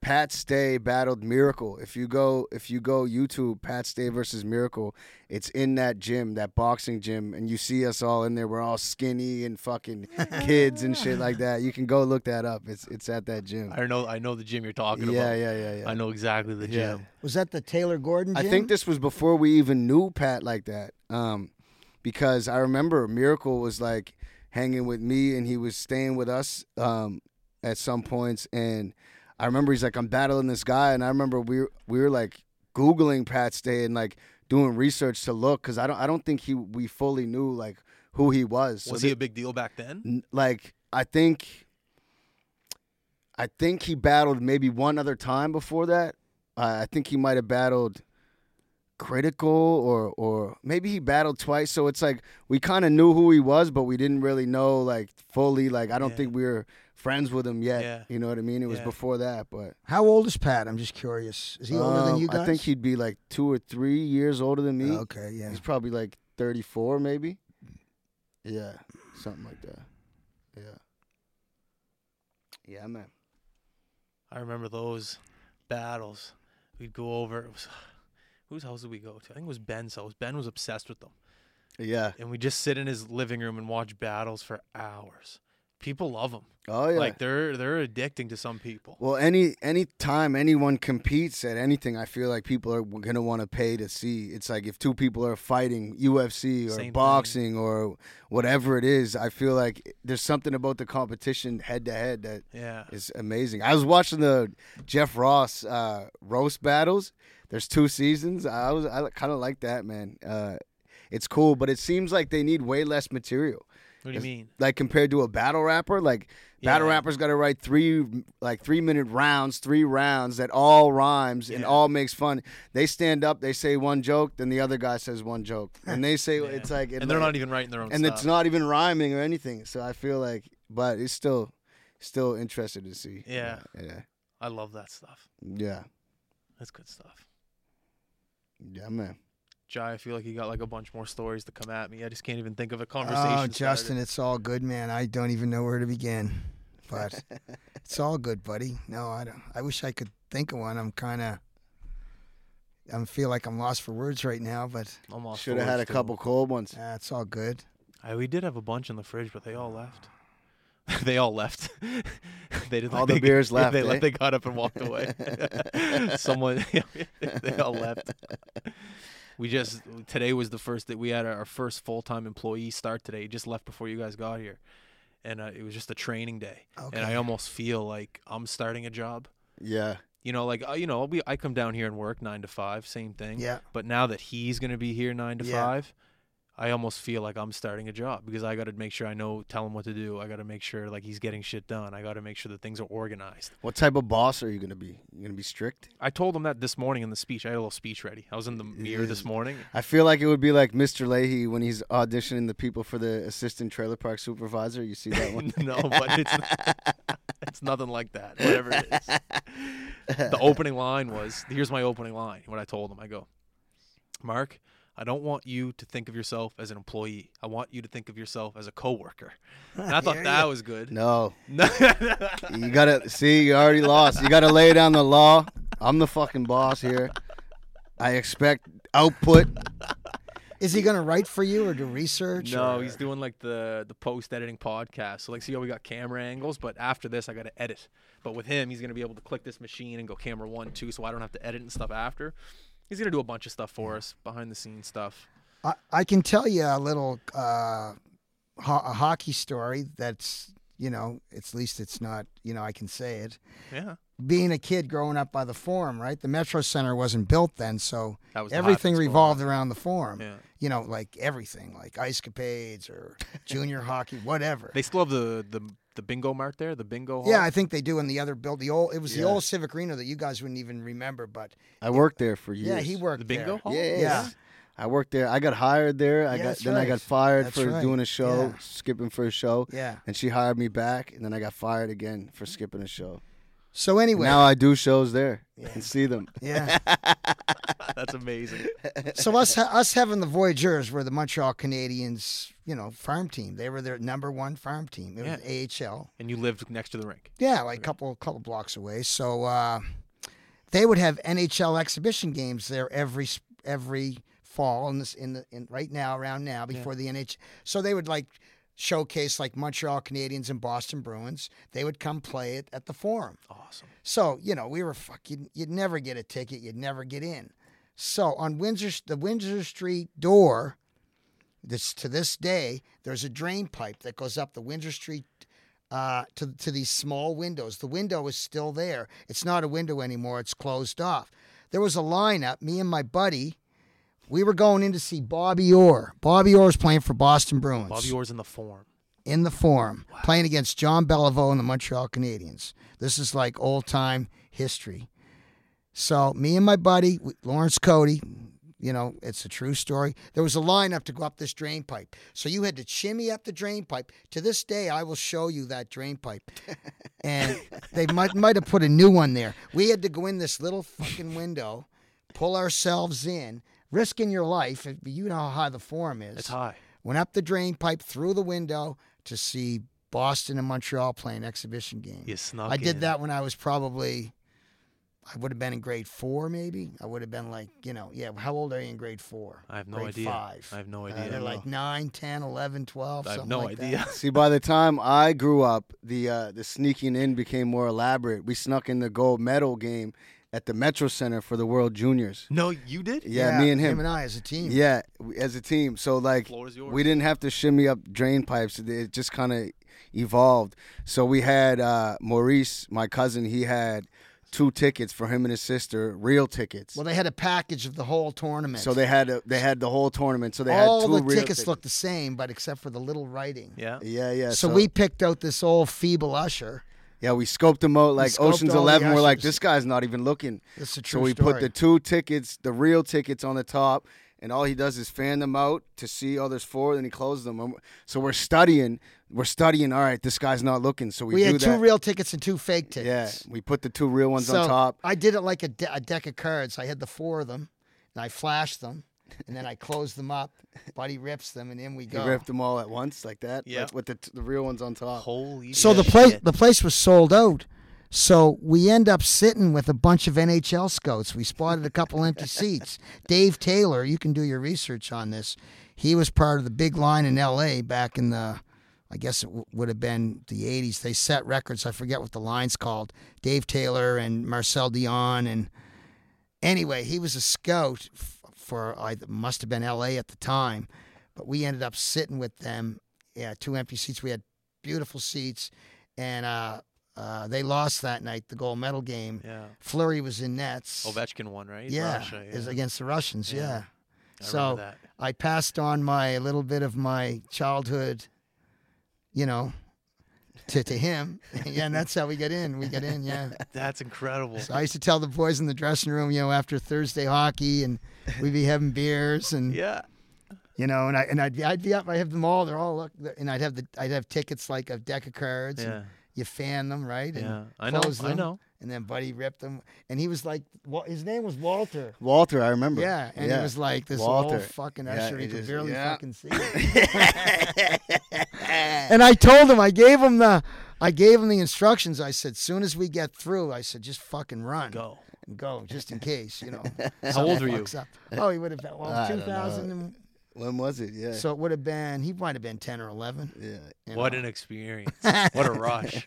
Speaker 2: Pat Stay battled Miracle. If you go if you go YouTube, Pat Stay versus Miracle, it's in that gym, that boxing gym, and you see us all in there. We're all skinny and fucking kids and shit like that. You can go look that up. It's it's at that gym.
Speaker 1: I know I know the gym you're talking
Speaker 2: Mm. Yeah,
Speaker 1: about.
Speaker 2: yeah, yeah, yeah.
Speaker 1: I know exactly the
Speaker 2: Yeah.
Speaker 1: gym.
Speaker 3: Was that the Taylor Gordon?
Speaker 2: I
Speaker 3: gym?
Speaker 2: think this was before we even knew Pat like that. Um, because I remember Miracle was like hanging with me and he was staying with us um, at some points. And I remember he's like, I'm battling this guy. And I remember we were, we were like Googling Pat's day and like doing research to look because I don't, I don't think he we fully knew like who he was. So
Speaker 1: Was
Speaker 2: thi-
Speaker 1: he a big deal back then?
Speaker 2: n- like I think I think he battled maybe one other time before that. Uh, I think he might have battled critical or or maybe he battled twice so it's like we kind of knew who he was but we didn't really know like fully like I don't
Speaker 1: Yeah.
Speaker 2: think we were friends with him yet
Speaker 1: Yeah.
Speaker 2: you know what I mean it was
Speaker 1: Yeah.
Speaker 2: before that but
Speaker 3: How old is Pat? I'm just curious. Is he older than
Speaker 2: um,
Speaker 3: you guys?
Speaker 2: I think he'd be like 2 or 3 years older than me
Speaker 3: Okay, yeah.
Speaker 2: he's probably like 34 maybe yeah something like that yeah yeah man
Speaker 1: I remember those battles. We'd go over. It was, whose house did we go to? I think it was Ben's house. Ben was obsessed with them,
Speaker 2: Yeah.
Speaker 1: and we just sit in his living room and watch battles for hours. People love them.
Speaker 2: Oh yeah.
Speaker 1: Like they're they're addicting to some people.
Speaker 2: well, any any time anyone competes at anything, I feel like people are gonna want to pay to see. It's like if two people are fighting UFC or
Speaker 1: Same thing.
Speaker 2: boxing or whatever it is, I feel like there's something about the competition head to head that
Speaker 1: Yeah.
Speaker 2: It's amazing. I was watching the Jeff Ross uh, roast battles. There's two seasons. I was I kind of like that, man. Uh, it's cool, but it seems like they need way less material.
Speaker 1: What do you mean?
Speaker 2: Like compared to a battle rapper, like battle
Speaker 1: Yeah.
Speaker 2: rappers got to write three like three minute rounds, three rounds that all rhymes and
Speaker 1: Yeah.
Speaker 2: all makes fun. They stand up, they say one joke, then the other guy says one joke, and they say it's
Speaker 1: Yeah.
Speaker 2: like
Speaker 1: and they're not even writing their own
Speaker 2: and
Speaker 1: stuff.
Speaker 2: it's not even rhyming or anything. So I feel like, but it's still, still interested to see.
Speaker 1: Yeah.
Speaker 2: yeah,
Speaker 1: I love that stuff.
Speaker 2: yeah,
Speaker 1: That's good stuff.
Speaker 2: yeah, man.
Speaker 1: Jai, I feel like you got like a bunch more stories to come at me. I just can't even think of a conversation.
Speaker 3: Oh,
Speaker 1: starter.
Speaker 3: Justin, it's all good, man. I don't even know where to begin, but it's all good, buddy. No, I don't. I wish I could think of one. I'm kind of. I feel like I'm lost for words right now, but
Speaker 1: I'm off
Speaker 2: Should have
Speaker 1: forwards,
Speaker 2: had a
Speaker 1: too.
Speaker 2: couple cold ones.
Speaker 3: uh, it's all good.
Speaker 1: I, we did have a bunch in the fridge, but they all left. they all left. they didn't.
Speaker 2: All
Speaker 1: they,
Speaker 2: the beers
Speaker 1: they-
Speaker 2: left,
Speaker 1: They,
Speaker 2: eh?
Speaker 1: they got up and walked away. Someone. they all left. We just today was the first that we had our first full time employee start today. He just left before you guys got here, and uh, it was just a training day. And I
Speaker 3: Okay.
Speaker 1: almost feel like I'm starting a job.
Speaker 2: Yeah,
Speaker 1: You know, like uh, you know, we I come down here and work nine to five, same thing.
Speaker 3: Yeah.
Speaker 1: But now that he's gonna be here nine to
Speaker 3: Yeah.
Speaker 1: five, I almost feel like I'm starting a job because I got to make sure I know, tell him what to do. I got to make sure like he's getting shit done. I got to make sure that things are organized.
Speaker 2: what type of boss are you gonna be? You gonna be strict?
Speaker 1: I told him that this morning in the speech. I had a little speech ready. I was in the mirror this morning.
Speaker 2: I feel like it would be like Mr. Leahy when he's auditioning the people for the assistant trailer park supervisor. You see that one?
Speaker 1: no, but it's it's nothing like that. Whatever it is. The opening line was, "Here's my opening line." What I told him, I go, "Mark, I don't want you to think of yourself as an employee. I want you to think of yourself as a coworker." And I thought
Speaker 3: Yeah,
Speaker 1: that was good.
Speaker 2: no,
Speaker 1: No.
Speaker 2: you gotta see. You already lost. You gotta lay down the law. I'm the fucking boss here. I expect output.
Speaker 3: Is he going to write for you or do research?
Speaker 1: No,
Speaker 3: or-
Speaker 1: he's doing like the the post editing podcast. So like, see how we got camera angles, but after this, I got to edit. But with him, he's gonna be able to click this machine and go camera one, two, so I don't have to edit and stuff after. He's gonna do a bunch of stuff for us, behind the scenes stuff.
Speaker 3: I, I can tell you a little uh, ho- a hockey story that's, you know, at least it's not, you know, I can say it.
Speaker 1: Yeah,
Speaker 3: Being a kid growing up by the forum, right? The Metro Center wasn't built then, so
Speaker 1: that was the hot
Speaker 3: everything
Speaker 1: things going
Speaker 3: revolved around the forum.
Speaker 1: on. Yeah,
Speaker 3: You know, like everything, like ice capades or junior hockey, whatever.
Speaker 1: they still have the the the bingo mart there, the bingo. Hall.
Speaker 3: yeah, I think they do in the other build. The old it was
Speaker 2: Yeah.
Speaker 3: the old Civic Arena that you guys wouldn't even remember, but
Speaker 2: I worked there for years.
Speaker 3: yeah, he worked
Speaker 1: the bingo
Speaker 3: there.
Speaker 1: hall.
Speaker 2: Yeah,
Speaker 3: Yeah.
Speaker 2: I worked there. I got hired there. I
Speaker 3: Yeah,
Speaker 2: got
Speaker 3: that's
Speaker 2: then I
Speaker 3: right.
Speaker 2: got fired
Speaker 3: That's
Speaker 2: for
Speaker 3: right.
Speaker 2: doing a show,
Speaker 3: Yeah.
Speaker 2: skipping for a show,
Speaker 3: Yeah.
Speaker 2: and she hired me back. And then I got fired again for skipping a show.
Speaker 3: So anyway,
Speaker 2: Now I do shows there and see them.
Speaker 3: yeah.
Speaker 1: That's amazing.
Speaker 3: So us us having the Voyageurs were the Montreal Canadiens, you know, farm team. They were their number one farm team. It was AHL.
Speaker 1: And you lived next to the rink.
Speaker 3: Yeah, like a couple couple blocks away. So uh, they would have NHL exhibition games there every s- every fall in this in the in right now around now before the NH. So they would like showcase like Montreal Canadiens and Boston Bruins. They would come play it at the Forum.
Speaker 1: Awesome.
Speaker 3: So you know we were fuck. You'd, you'd never get a ticket. You'd never get in. So on Windsor the Windsor Street door, this to this day there's a drain pipe that goes up the Windsor Street uh, to to these small windows. The window is still there. It's not a window anymore. It's closed off. There was a lineup. Me and my buddy, we were going in to see Bobby Orr. Bobby Orr's playing for Boston Bruins
Speaker 1: Bobby Orr's in the form.
Speaker 3: in the Forum, playing against John Beliveau and the Montreal Canadiens. This is like old time history. So me and my buddy w- Lawrence Cody, you know, it's a true story. There was a lineup to go up this drain pipe, so you had to shimmy up the drain pipe. To this day, I will show you that drain pipe, and they might might have put a new one there. We had to go in this little fucking window, pull ourselves in, risking your life. You know how high the Forum is
Speaker 1: It's high.
Speaker 3: went up the drain pipe through the window to see Boston and Montreal play an exhibition game.
Speaker 1: You snuck
Speaker 3: I
Speaker 1: in.
Speaker 3: did that when I was probably, I would have been in grade four, maybe. I would have been like, you know, yeah, how old are you in grade four?
Speaker 1: I have no
Speaker 3: grade
Speaker 1: idea.
Speaker 3: Five.
Speaker 1: I have no
Speaker 3: Uh,
Speaker 1: idea.
Speaker 3: they're like nine, ten, eleven, twelve.
Speaker 1: I have
Speaker 3: something
Speaker 1: no
Speaker 3: like that.
Speaker 1: idea.
Speaker 2: See, by the time I grew up, the uh, the sneaking in became more elaborate. We snuck in the gold medal game at the Metro Center for the World Juniors.
Speaker 1: No, you did?
Speaker 2: Yeah, me and him.
Speaker 3: and I as a team.
Speaker 2: yeah, we- as a team. So like,
Speaker 1: Floor is yours.
Speaker 2: we didn't have to shimmy up drain pipes. It- It just kind of evolved. So we had uh, Maurice, my cousin. He had two tickets for him and his sister, real tickets.
Speaker 3: Well, they had a package of the whole tournament.
Speaker 2: so they had a, they had the whole tournament. So they
Speaker 3: all
Speaker 2: had two
Speaker 3: the
Speaker 2: real
Speaker 3: tickets looked the same, but except for the little writing.
Speaker 1: Yeah.
Speaker 2: Yeah, yeah.
Speaker 3: So, we picked out this old feeble usher.
Speaker 2: Yeah, we scoped them out like
Speaker 3: scoped
Speaker 2: Ocean's
Speaker 3: all the
Speaker 2: Eleven. We're like,
Speaker 3: ushers.
Speaker 2: this guy's not even looking.
Speaker 3: It's a
Speaker 2: so
Speaker 3: true
Speaker 2: we put
Speaker 3: story.
Speaker 2: the two tickets, the real tickets, on the top, and all he does is fan them out to see oh, there's four, then he closes them. And So we're studying, we're studying. All right, this guy's not looking. So we,
Speaker 3: We
Speaker 2: do
Speaker 3: had two
Speaker 2: that.
Speaker 3: real tickets and two fake tickets.
Speaker 2: yeah, we put the two real ones
Speaker 3: so oh
Speaker 2: on top.
Speaker 3: I did it like a, de- a deck of cards. I had the four of them, and I flashed them, and then I closed them up. Buddy rips them, and in we
Speaker 2: He
Speaker 3: go.
Speaker 2: ripped them all at once like that.
Speaker 1: Yeah.
Speaker 2: like, with the, t- the real ones on top.
Speaker 1: Holy
Speaker 3: so the
Speaker 1: shit.
Speaker 3: place the place was sold out. So we end up sitting with a bunch of NHL scouts. We spotted a couple empty seats. Dave Taylor, you can do your research on this. He was part of the big line in LA back in the, I guess it w- would have been the 80s. They set records. I forget what the line's called. Dave Taylor and Marcel Dion and anyway, he was a scout f- for I must have been L.A. at the time, but we ended up sitting with them. Yeah, two empty seats. We had beautiful seats, and uh, uh, they lost that night the gold medal game.
Speaker 1: Yeah.
Speaker 3: Flurry was in nets.
Speaker 1: Ovechkin won, right?
Speaker 3: yeah,
Speaker 1: Russia,
Speaker 3: is against the Russians.
Speaker 1: Yeah.
Speaker 3: Yeah.
Speaker 1: I
Speaker 3: so
Speaker 1: remember that.
Speaker 3: I passed on my little bit of my childhood, you know, to to him. yeah, and that's how we get in. We get in. Yeah.
Speaker 1: That's incredible.
Speaker 3: So I used to tell the boys in the dressing room, you know, after Thursday hockey, and we'd be having beers, and
Speaker 1: yeah.
Speaker 3: you know, and I and I'd, be- I'd be up, I have them all, they're all look, and I'd have the I'd have tickets like a deck of cards,
Speaker 1: Yeah.
Speaker 3: and you fan them right, and
Speaker 1: Yeah. I know.
Speaker 3: close
Speaker 1: I
Speaker 3: them,
Speaker 1: know.
Speaker 3: and then Buddy ripped them, and he was like, Wa- his name was Walter.
Speaker 2: Walter, I remember.
Speaker 3: Yeah, and
Speaker 2: yeah.
Speaker 3: it was like this
Speaker 2: Walter.
Speaker 3: old fucking
Speaker 2: Yeah,
Speaker 3: usher.
Speaker 2: he
Speaker 3: he could
Speaker 2: just-
Speaker 3: barely
Speaker 2: yeah.
Speaker 3: fucking see. and I told him, I gave him the, I gave him the instructions. I said, soon as we get through, I said, just fucking run,
Speaker 1: Go.
Speaker 3: and go, just in case, you know.
Speaker 1: How old were you?
Speaker 3: fucks up. Oh, he would have been well,
Speaker 2: I don't
Speaker 3: two
Speaker 2: know.
Speaker 3: thousand. And,
Speaker 2: when was it? Yeah,
Speaker 3: So it would have been. He might have been ten or eleven.
Speaker 2: yeah.
Speaker 3: you
Speaker 1: What
Speaker 3: know.
Speaker 1: an experience. what a rush.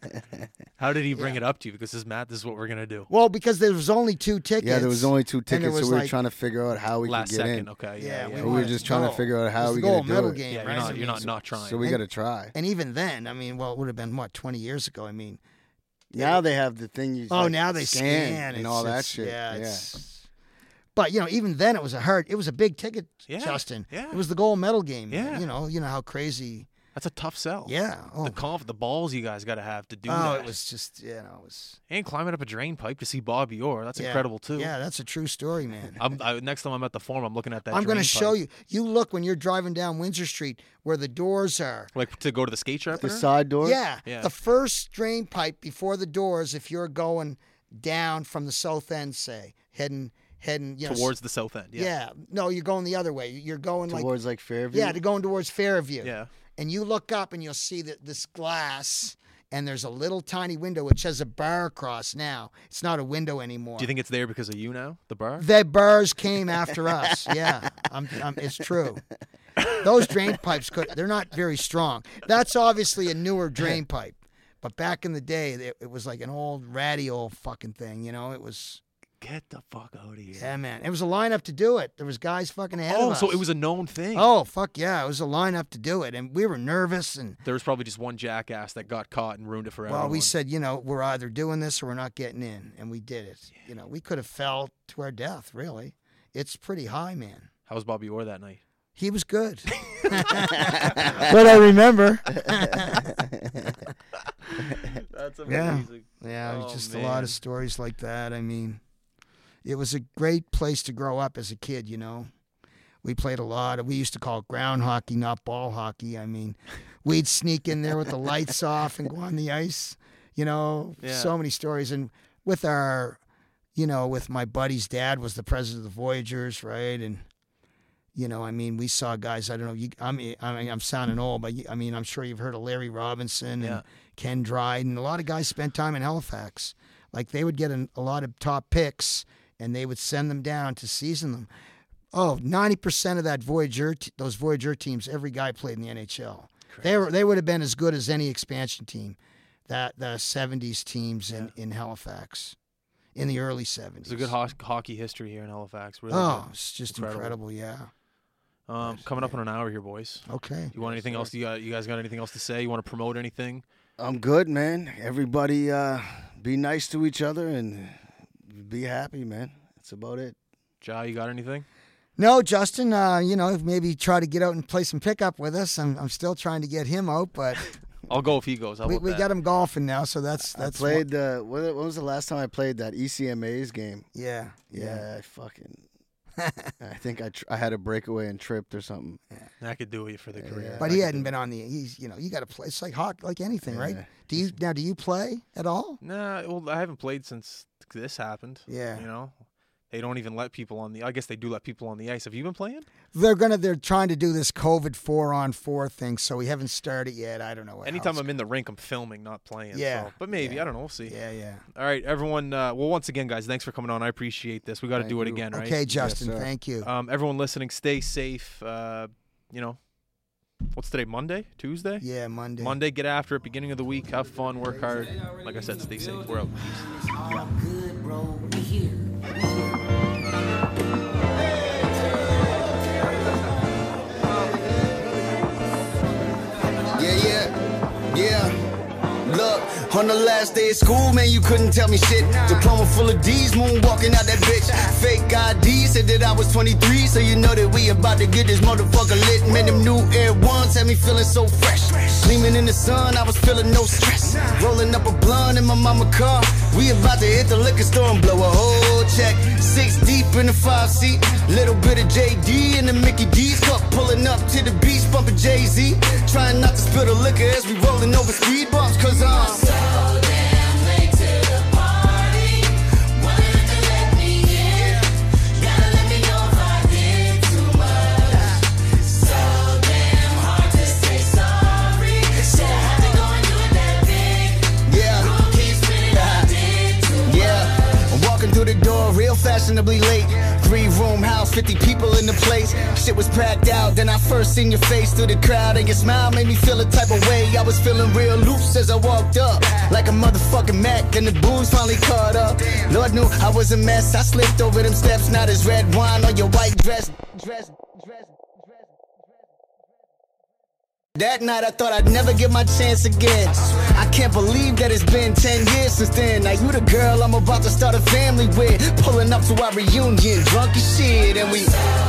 Speaker 1: How did he bring it up to you? Because this is Matt, this is what we're gonna do.
Speaker 3: Well, because there was only two tickets.
Speaker 2: Yeah, there was only two
Speaker 3: there
Speaker 2: tickets, so
Speaker 3: was
Speaker 2: we were
Speaker 3: like-
Speaker 2: trying to figure out how we
Speaker 1: Last
Speaker 2: could get
Speaker 1: second,
Speaker 2: in.
Speaker 1: okay.
Speaker 3: Yeah,
Speaker 1: Yeah,
Speaker 3: we
Speaker 1: yeah.
Speaker 2: We were
Speaker 3: wanted
Speaker 2: just
Speaker 3: the
Speaker 2: trying to
Speaker 3: goal.
Speaker 2: figure out how
Speaker 3: It was
Speaker 2: we
Speaker 3: the
Speaker 2: gonna
Speaker 3: gold
Speaker 2: do
Speaker 3: medal
Speaker 2: it.
Speaker 3: game,
Speaker 1: Yeah, you're
Speaker 3: right?
Speaker 1: not you're
Speaker 3: I
Speaker 1: not
Speaker 3: mean,
Speaker 1: not trying.
Speaker 2: So we
Speaker 3: And-
Speaker 2: got to try.
Speaker 3: And even then, I mean, well, it would have been what twenty years ago. I mean,
Speaker 2: Now they have the thing you.
Speaker 3: oh,
Speaker 2: like,
Speaker 3: now they scan,
Speaker 2: and
Speaker 3: It's-
Speaker 2: all that
Speaker 3: it's-
Speaker 2: shit.
Speaker 3: Yeah,
Speaker 2: Yeah,
Speaker 3: It's, but you know, even then, it was a hard. It was a big ticket,
Speaker 1: Yeah,
Speaker 3: Justin.
Speaker 1: yeah.
Speaker 3: It was the gold medal game.
Speaker 1: Yeah.
Speaker 3: You know, you know how crazy
Speaker 1: That's a tough sell.
Speaker 3: Yeah. Oh,
Speaker 1: The conf, the balls you guys got to have to do
Speaker 3: oh,
Speaker 1: that.
Speaker 3: it was just you know, it was
Speaker 1: and climbing up a drain pipe to see Bobby Orr. That's
Speaker 3: yeah.
Speaker 1: incredible too.
Speaker 3: Yeah, that's a true story, man.
Speaker 1: I'm, I, next time I'm at the farm, I'm looking at that.
Speaker 3: I'm
Speaker 1: going to
Speaker 3: show you. You look when you're driving down Windsor Street where the doors are.
Speaker 1: Like to go to the skate shop.
Speaker 2: The
Speaker 1: there?
Speaker 2: side door.
Speaker 3: Yeah,
Speaker 1: Yeah.
Speaker 3: The first drain pipe before the doors, if you're going down from the south end, say, heading heading you know, s-
Speaker 1: towards the south end.
Speaker 3: yeah. No, you're going the other way. You're going like
Speaker 2: Towards like Fairview.
Speaker 3: yeah, to going towards Fairview.
Speaker 1: Yeah.
Speaker 3: And you look up and you'll see that this glass and there's a little tiny window which has a bar across now. It's not a window anymore.
Speaker 1: Do you think it's there because of you now, the bar?
Speaker 3: The bars came after us. Yeah, I'm, I'm, it's true. Those drain pipes could they're not very strong. That's obviously a newer drain pipe. But back in the day, it, it was like an old ratty old fucking thing, you know. It was,
Speaker 1: Get the fuck out of here.
Speaker 3: yeah, man. It was a lineup to do it. There was guys fucking ahead of
Speaker 1: Oh,
Speaker 3: us.
Speaker 1: so it was a known thing.
Speaker 3: Oh fuck yeah, it was a lineup to do it, and we were nervous. And
Speaker 1: There was probably just one jackass that got caught and ruined it for
Speaker 3: well,
Speaker 1: everyone.
Speaker 3: we said, you know, we're either doing this or we're not getting in, and we did it. You know, we could have fell to our death. Really, it's pretty high, man.
Speaker 1: How was Bobby Orr that night?
Speaker 3: He was good. but I remember.
Speaker 1: That's
Speaker 3: Yeah, it was
Speaker 1: Oh,
Speaker 3: just a lot
Speaker 1: man.
Speaker 3: of stories like that. I mean, it was a great place to grow up as a kid, you know. We played a lot. Of, we used to call it ground hockey, not ball hockey. I mean, we'd sneak in there with the lights off and go on the ice. You know,
Speaker 1: Yeah.
Speaker 3: so many stories. And with our, you know, with my buddy's dad was the president of the Voyagers, right? And you know, I mean, we saw guys. I don't know. You, I mean, I mean, I'm sounding old, but you, I mean, I'm sure you've heard of Larry Robinson
Speaker 1: Yeah.
Speaker 3: and Ken Dryden. A lot of guys spent time in Halifax. Like they would get an, a lot of top picks, and they would send them down to season them. Oh, 90% of that Voyager, t- those Voyager teams, every guy played in the NHL. They were they would have been as good as any expansion team, that the 70s teams in, in Halifax, in the early 70s.
Speaker 1: There's a good ho- hockey history here in Halifax. Really
Speaker 3: Oh, it's just
Speaker 1: Incredible.
Speaker 3: incredible. Yeah.
Speaker 1: good. Um, coming up in an hour here, boys.
Speaker 3: Okay.
Speaker 1: You want anything else? You, got, you guys got anything else to say? You want to promote anything?
Speaker 2: I'm good, man. Everybody, uh, be nice to each other and be happy, man. That's about it.
Speaker 1: Jai, you got anything?
Speaker 3: No, Justin, uh, you know, maybe try to get out and play some pickup with us. I'm, I'm still trying to get him out, but
Speaker 1: I'll go if he goes. How
Speaker 3: we,
Speaker 1: about
Speaker 3: we
Speaker 1: that?
Speaker 3: got him golfing now, so that's that's
Speaker 2: I played the. What, when was the last time I played that E ECMA's game?
Speaker 3: one- yeah, yeah.
Speaker 2: Yeah, I fucking. I think I tr- I had a breakaway and tripped or something.
Speaker 1: That could do it for the career.
Speaker 3: But he hadn't been on the. He's you know you got to play. It's like hot, like anything, right?
Speaker 2: Yeah.
Speaker 3: Do you now? Do you play at all?
Speaker 1: Nah, well, I haven't played since this happened.
Speaker 3: Yeah.
Speaker 1: You know, they don't even let people on the. I guess they do let people on the ice. Have you been playing?
Speaker 3: They're gonna. They're trying to do this COVID four on four thing, so we haven't started yet. I don't know. what
Speaker 1: Anytime
Speaker 3: else.
Speaker 1: I'm in the rink, I'm filming, not playing.
Speaker 3: Yeah,
Speaker 1: so- but maybe I don't know. We'll see.
Speaker 3: Yeah, yeah.
Speaker 1: All right, everyone. Uh, well, once again, guys, thanks for coming on. I appreciate this. We got to
Speaker 2: Thank
Speaker 1: do it
Speaker 2: you.
Speaker 1: again, right?
Speaker 3: Okay, Justin.
Speaker 2: sir.
Speaker 3: thank you.
Speaker 1: Um, everyone listening, stay safe. Uh, you know, what's today? Monday, Tuesday,
Speaker 3: yeah, Monday.
Speaker 1: Monday. Get after it. Beginning of the week. Have fun. Work hard. Like I said, stay safe. We're out. Peace.
Speaker 4: It's all good, bro. We here. We here.
Speaker 5: Yeah, yeah, yeah. Look, on the last day of school, man, you couldn't tell me shit. Diploma full of D's, moonwalking out that bitch. Fake ID said that I was 23, so you know that we about to get this motherfucker lit. Man, them new Air Ones had me feeling so fresh. Gleaming in the sun, I was feeling no stress. Rolling up a blunt in my mama car. We about to hit the liquor store and blow a whole check. Six deep in the five seat, little bit of JD in the Mickey D's cup. Pulling up to the beach, bumping Jay Z. Trying not to spill the liquor as we rolling over speed bumps, cause I'm. Yeah. Yeah, I'm walking through the door real fashionably late. Three room house, 50 people in the place. Shit was packed out, then I first seen your face through the crowd, and your smile made me feel a type of way. I was feeling real loose as I walked up, like a motherfucking Mac, and the booze finally caught up. Lord knew I was a mess, I slipped over them steps, not as red wine on your white dress. dress, dress, dress. That night I thought I'd never get my chance again. I can't believe that it's been 10 years since then. Now you the girl I'm about to start a family with. Pulling up to our reunion, drunk as shit, and we.